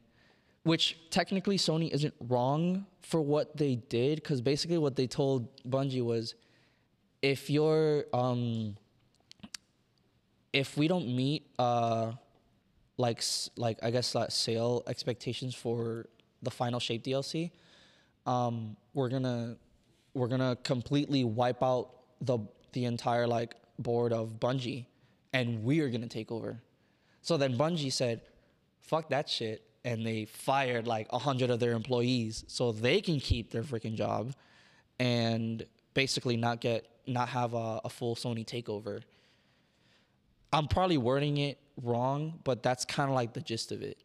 S3: which technically Sony isn't wrong for what they did because basically what they told Bungie was, if you're um, if we don't meet uh, like s- like I guess like sale expectations for the final shape DLC, um, we're gonna we're gonna completely wipe out the the entire like board of Bungie, and we are gonna take over. So then Bungie said, "Fuck that shit," and they fired like a hundred of their employees so they can keep their freaking job, and basically not get not have a, a full Sony takeover. I'm probably wording it wrong, but that's kind of like the gist of it.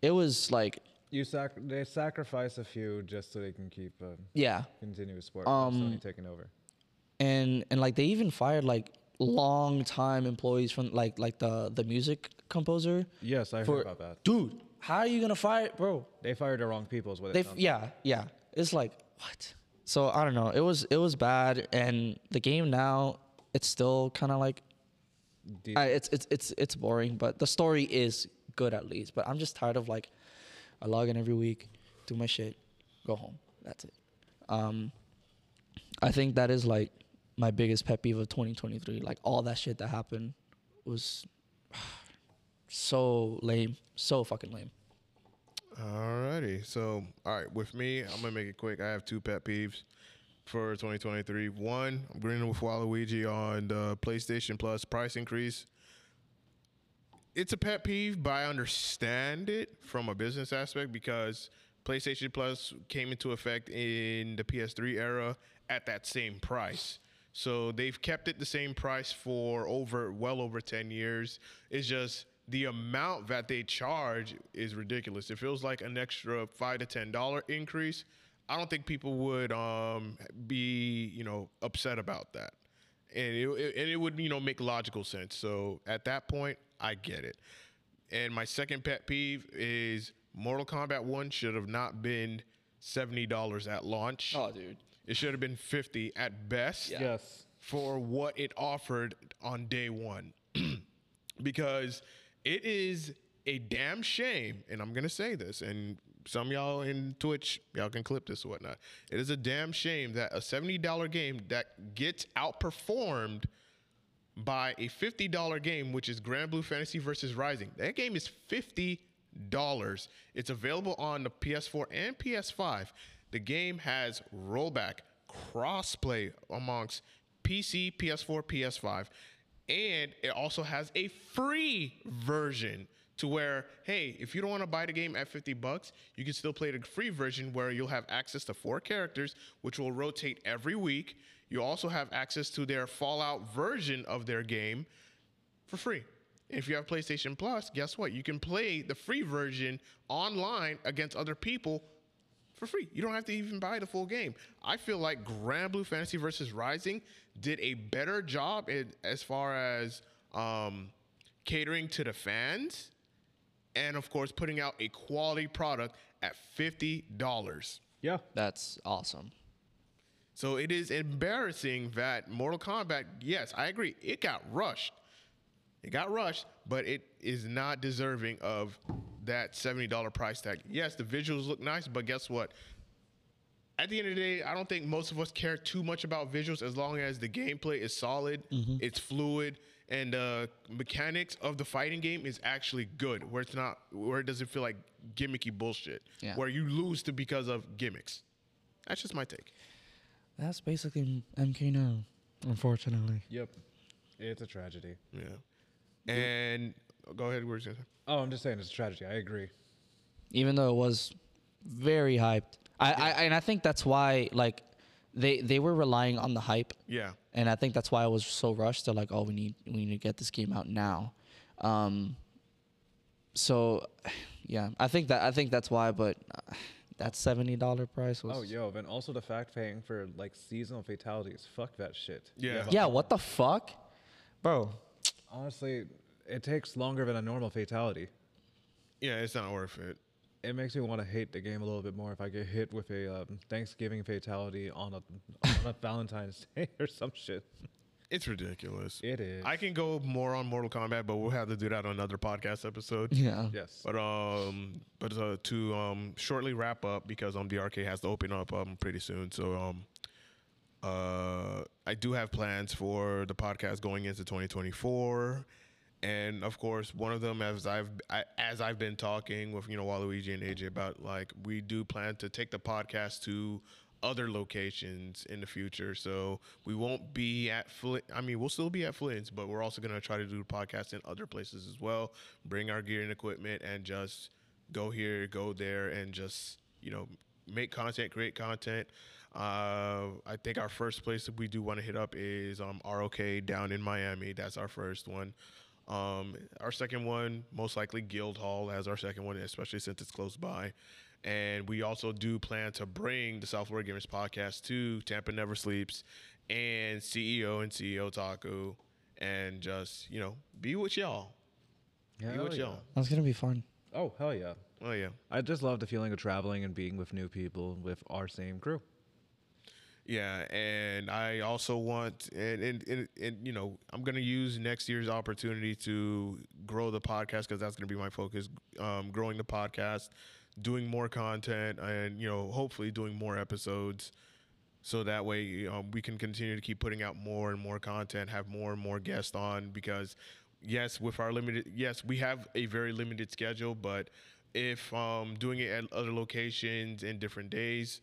S3: It was like,
S2: You sac- they sacrifice a few just so they can keep a
S3: yeah,
S2: continuous sport. Um, Sony taking over.
S3: and and like they even fired like long time employees from like like the the music composer.
S2: Yes, I
S3: for-
S2: heard about that.
S3: Dude, how are you gonna fire, bro?
S2: They fired the wrong people. Is what
S3: They
S2: it
S3: f-
S2: sounds
S3: yeah yeah. It's like what? So I don't know. It was it was bad, and the game now it's still kind of like
S2: like. Deep-
S3: I, it's it's it's it's boring, but the story is good at least. But I'm just tired of like I log in every week, do my shit, go home. That's it. Um, I think that is like my biggest pet peeve of 2023. Like all that shit that happened was (sighs) so lame, so fucking lame.
S1: Alrighty. So, all right, with me, I'm gonna make it quick. I have two pet peeves for 2023. One, I'm agreeing with Waluigi on the PlayStation Plus price increase. It's a pet peeve, but I understand it from a business aspect because PlayStation Plus came into effect in the PS3 era at that same price. So they've kept it the same price for over well over 10 years. It's just the amount that they charge is ridiculous. It feels like an extra 5 to 10 dollar increase. I don't think people would um, be, you know, upset about that and it, it- and it would you know make logical sense. So at that point, I get it. And my second pet peeve is Mortal Kombat One should have not been seventy dollars at launch.
S3: Oh, dude.
S1: It should have been fifty at best
S2: yes.
S1: for what it offered on day one (clears throat) because it is a damn shame and i'm gonna say this and some y'all in twitch y'all can clip this or whatnot it is a damn shame that a $70 game that gets outperformed buy a $50 game, which is Grand Blue Fantasy versus Rising. That game is $50. It's available on the PS4 and PS5. The game has rollback, crossplay amongst PC, PS4, PS5, and it also has a free version to where hey if you don't want to buy the game at 50 bucks you can still play the free version where you'll have access to four characters which will rotate every week you also have access to their fallout version of their game for free if you have playstation plus guess what you can play the free version online against other people for free you don't have to even buy the full game i feel like grand blue fantasy versus rising did a better job in, as far as um, catering to the fans and of course putting out a quality product at $50.
S2: Yeah.
S3: That's awesome.
S1: So it is embarrassing that Mortal Kombat, yes, I agree, it got rushed. It got rushed, but it is not deserving of that $70 price tag. Yes, the visuals look nice, but guess what? At the end of the day, I don't think most of us care too much about visuals as long as the gameplay is solid, it's fluid, and the mechanics of the fighting game is actually good, where it's not where it doesn't feel like gimmicky bullshit,
S3: Yeah.
S1: where you lose to because of gimmicks. That's just my take.
S3: That's basically MK now, unfortunately.
S2: Yep. It's a tragedy.
S1: Yeah. And go ahead. Where's your
S2: Oh, I'm just saying it's a tragedy. I agree.
S3: Even though it was very hyped. I, I and I think that's why like they they were relying on the hype
S1: yeah?
S3: and I think that's why I was so rushed. They're like, "Oh, we need we need to get this game out now." Um, so, (sighs) yeah, I think that I think that's why. But (sighs) uh, that seventy dollar price was.
S2: Oh, yo, and also the fact paying for like seasonal fatalities. Fuck that shit.
S1: Yeah.
S3: Yeah, what the fuck, bro?
S2: Honestly, it takes longer than a normal fatality.
S1: Yeah, it's not worth it.
S2: It makes me want to hate the game a little bit more if I get hit with a um, Thanksgiving fatality on a on a (laughs) Valentine's Day or some shit.
S1: It's ridiculous.
S2: It is.
S1: I can go more on Mortal Kombat, but we'll have to do that on another podcast episode.
S3: Yeah.
S2: yes.
S1: But um, but uh, to um, shortly wrap up because um, DRK has to open up um pretty soon. So um, uh, I do have plans for the podcast going into 2024, and of course, one of them as I've I, as I've been talking with you know Waluigi and AJ about like we do plan to take the podcast to other locations in the future. So we won't be at Flint. I mean, we'll still be at Flint's, but we're also going to try to do podcasts in other places as well. Bring our gear and equipment and just go here, go there, and just you know make content, create content. Uh, I think our first place that we do want to hit up is um, ROK down in Miami. That's our first one. Um, our second one, most likely Guildhall as our second one, especially since it's close by. And we also do plan to bring the Software Gamers podcast to Tampa Never Sleeps and CEO and CEO Taku and just, you know, be with y'all. Be
S2: Hell
S1: with
S2: yeah.
S1: y'all.
S3: That's gonna be fun.
S2: Oh hell yeah!
S1: Oh, yeah.
S2: I just love the feeling of traveling and being with new people with our same crew.
S1: Yeah, and I also want and and, and, and you know I'm gonna use next year's opportunity to grow the podcast because that's gonna be my focus, um, growing the podcast, doing more content, and you know hopefully doing more episodes, so that way um, we can continue to keep putting out more and more content, have more and more guests on because yes, with our limited yes we have a very limited schedule, but if um, doing it at other locations in different days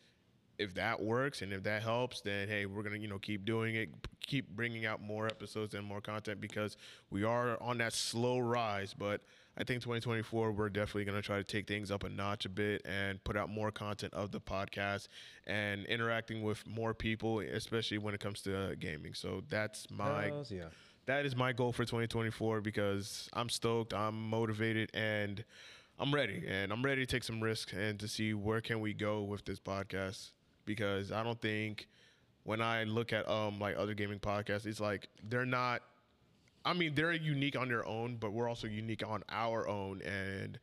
S1: if that works and if that helps, then hey, we're gonna you know keep doing it, keep bringing out more episodes and more content because we are on that slow rise. But I think 2024, we're definitely gonna try to take things up a notch a bit and put out more content of the podcast and interacting with more people, especially when it comes to uh, gaming. So that's my
S2: Hells yeah.
S1: that is my goal for 2024 because I'm stoked, I'm motivated, and I'm ready. And I'm ready to take some risks and to see where can we go with this podcast because I don't think when I look at um like other gaming podcasts, it's like they're not. I mean, they're unique on their own, but we're also unique on our own, and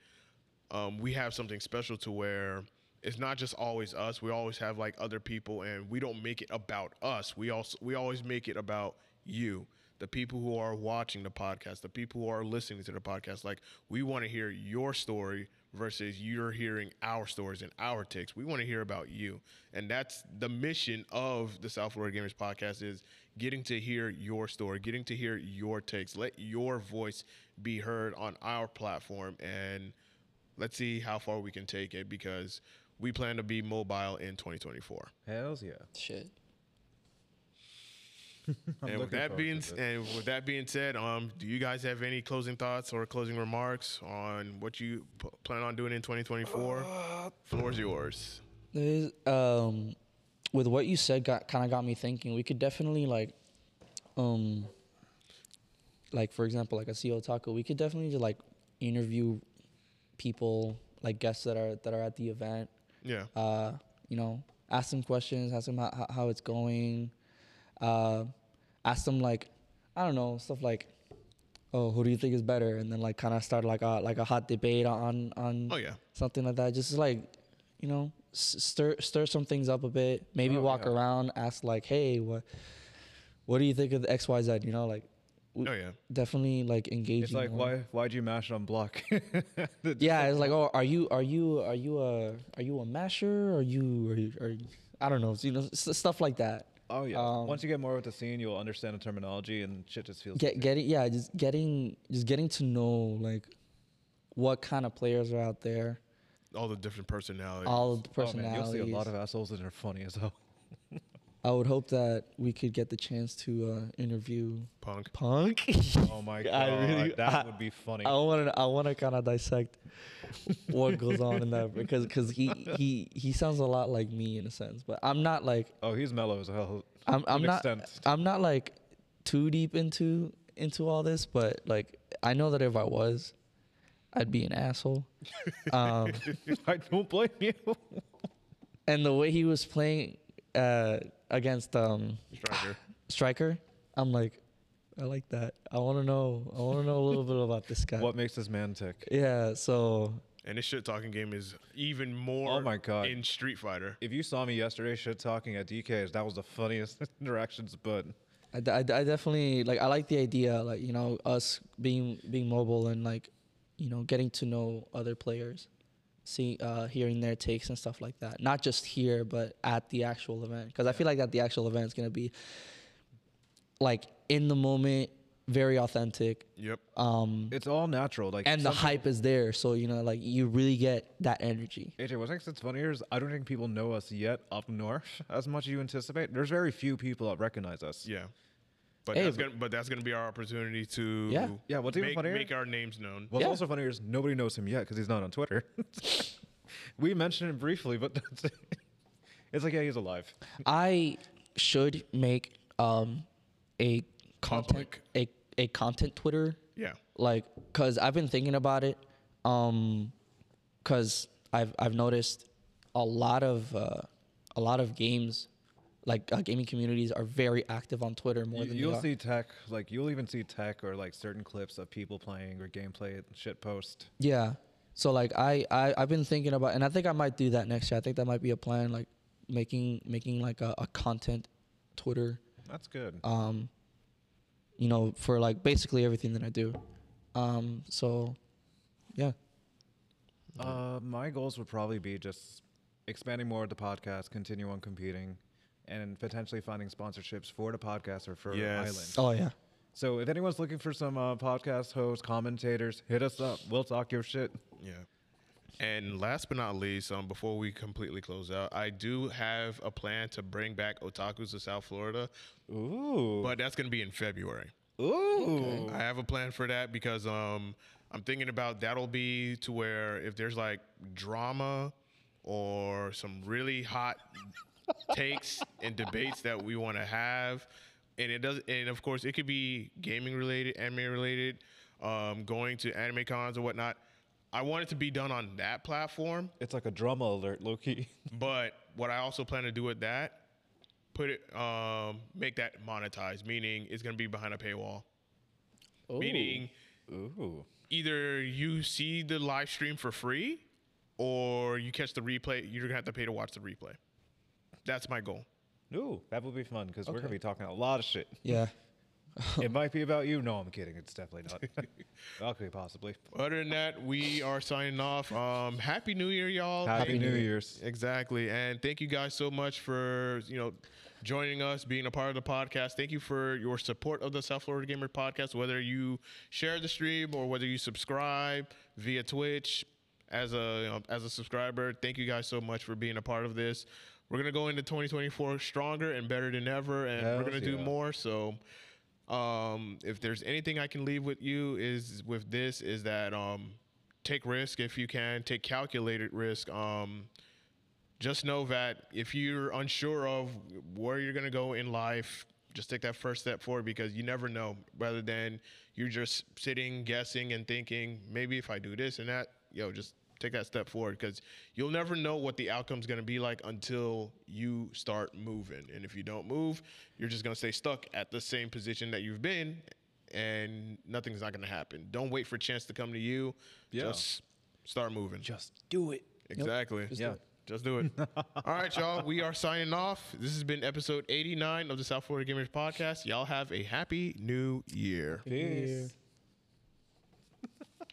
S1: um, we have something special to where it's not just always us. We always have like other people, and we don't make it about us. We also we always make it about you, the people who are watching the podcast, the people who are listening to the podcast. Like we want to hear your story versus you're hearing our stories and our takes. We want to hear about you. And that's the mission of the South Florida Gamers podcast is getting to hear your story, getting to hear your takes. Let your voice be heard on our platform and let's see how far we can take it because we plan to be mobile in 2024.
S2: Hells yeah.
S3: Shit.
S2: I'm
S1: and with
S2: looking
S1: that
S2: forward to
S1: being
S2: this.
S1: and with that being said, um, do you guys have any closing thoughts or closing remarks on what you p- plan on doing in 2024? Floor's yours.
S3: There's, um, with what you said, got kind of got me thinking. We could definitely like, um, like for example, like a CEO taco. We could definitely just like interview people, like guests that are that are at the event.
S1: Yeah,
S3: Uh, you know, ask them questions, ask them how, how- how it's going, uh, ask them like, I don't know, stuff like, oh, who do you think is better? And then like kind of start like a like a hot debate on on
S1: Oh, yeah.
S3: something like that. Just like, you know, s- stir stir some things up a bit. Maybe
S2: Oh,
S3: walk
S2: yeah.
S3: around, ask like, hey, what what do you think of the X Y Z? You know, like
S1: oh yeah,
S3: definitely like engaging.
S2: It's like
S3: more.
S2: why why'd you mash on block? (laughs) The-
S3: Yeah, it's like, oh, are you are you are you a are you a masher? Are you are you, are you I don't know, you know, s- stuff like that.
S2: Oh yeah.
S3: Um,
S2: Once you get more with the scene, you'll understand the terminology and shit just feels.
S3: Get getting yeah, just getting just getting to know like what kind of players are out there,
S1: all the different personalities.
S2: Oh,
S3: all the
S2: man, you'll
S3: personalities.
S2: see a lot of assholes and they're funny as
S3: (laughs)
S2: hell.
S3: I would hope that we could get the chance to uh, interview
S1: Punk.
S3: Punk.
S2: Oh my god,
S3: (laughs) I really-
S2: that
S3: I-
S2: would be funny.
S3: I want to I want to kind of dissect what goes on in that because because he he he sounds a lot like me in a sense, but I'm not like
S2: oh, he's mellow as hell.
S3: I'm I'm
S2: an
S3: not
S2: extent.
S3: I'm not like too deep into into all this, but like I know that if I was, I'd be an asshole. Um,
S2: (laughs) I don't blame
S3: (laughs)
S2: you.
S3: and the way he was playing uh, against um,
S1: Striker.
S3: Striker, I'm like, I like that. I want to know. I want to know a little bit about this guy.
S2: What makes this man tick?
S3: Yeah. So
S1: And this shit talking game is even more
S2: Oh my God.
S1: in Street Fighter.
S2: If you saw me yesterday shit talking at DK's, that was the funniest (laughs) interactions. But
S3: I, d- I d- I definitely like I like the idea like you know us being being mobile and like you know getting to know other players, see uh, hearing their takes and stuff like that. Not just here, but at the actual event because I feel like at the actual event is gonna be like in the moment, very authentic,
S1: Yep.
S3: um,
S2: it's all natural. Like
S3: and the
S2: some-
S3: hype is there. So you know like you really get that energy.
S2: AJ, what makes it funnier is I don't think people know us yet up north as much as you anticipate. There's very few people that recognize us.
S1: Yeah. But
S3: Hey,
S1: that's
S3: but-
S1: gonna but that's gonna be our opportunity to
S3: Yeah.
S2: Yeah, what's even
S1: make,
S2: funnier-
S1: make our names known.
S2: What's
S3: Yeah.
S2: also funnier is nobody knows him yet because he's not on Twitter. (laughs) we mentioned him briefly, but that's it. it's like yeah, he's alive.
S3: I should make um, a content
S1: Public.
S3: a, a content Twitter
S1: Yeah.
S3: like because i've been thinking about it um because i've i've noticed a lot of uh a lot of games like uh, gaming communities are very active on twitter more than
S2: you,
S3: they
S2: will
S3: are.
S2: see tech, like you'll even see tech or like certain clips of people playing or gameplay and shit post.
S3: yeah so like I, I i've been thinking about and i think i might do that next year i think that might be a plan like making making like a, a content twitter
S2: That's good.
S3: um you know for like basically everything that i do um so yeah
S2: Uh, my goals would probably be just expanding more of the podcast, continue on competing, and potentially finding sponsorships for the podcast or for
S1: Yes.
S2: Island.
S3: oh yeah
S2: So if anyone's looking for some uh, podcast hosts, commentators, hit us up. We'll talk your shit.
S1: Yeah. And last but not least, um, before we completely close out, I do have a plan to bring back otakus to South Florida,
S2: Ooh.
S1: but that's gonna be in February.
S2: Ooh.
S1: I have a plan for that because um, I'm thinking about that'll be to where if there's like drama or some really hot takes and debates that we want to have, and it does, and of course it could be gaming related, anime related, um, going to anime cons or whatnot. I want it to be done on that platform,
S2: It's like a drama alert, (laughs) Loki.
S1: but what I also plan to do with that, put it, um, make that monetized, meaning it's gonna be behind a paywall, meaning
S2: Ooh.
S1: either you see the live stream for free or you catch the replay. You're gonna have to pay to watch the replay. That's my goal.
S2: Ooh, that would be fun because we're gonna be talking a lot of shit.
S3: yeah
S2: it might be about you. No, I'm kidding. It's definitely (laughs) not. okay, possibly.
S1: Other than that, we are signing off. Um, Happy New Year, y'all.
S2: Happy,
S1: Thank-
S2: New Year's.
S1: Exactly. And thank you guys so much for, you know, joining us, being a part of the podcast. Thank you for your support of the South Florida Gamer podcast, whether you share the stream or whether you subscribe via Twitch as a you know, as a subscriber. Thank you guys so much for being a part of this. We're going to go into 2024 stronger and better than ever and we're
S2: Hells
S1: going to do
S2: yeah.
S1: more, so um, if there's anything I can leave with you is with this is that um, take risk if you can, take calculated risk. Um, just know that if you're unsure of where you're going to go in life, just take that first step forward because you never know. Rather than you're just sitting, guessing, and thinking, maybe if I do this and that, yo, just take that step forward because you'll never know what the outcome's going to be like until you start moving. And if you don't move, you're just going to stay stuck at the same position that you've been and nothing's not going to happen. Don't wait for chance to come to you.
S2: Yeah.
S1: Just start moving.
S2: Just do it.
S1: Exactly.
S3: Just
S2: do Yeah. it.
S1: Just do it. All right, y'all. We are signing off. This has been episode 89 of the South Florida Gamers Podcast. Y'all have a happy new year.
S2: Peace.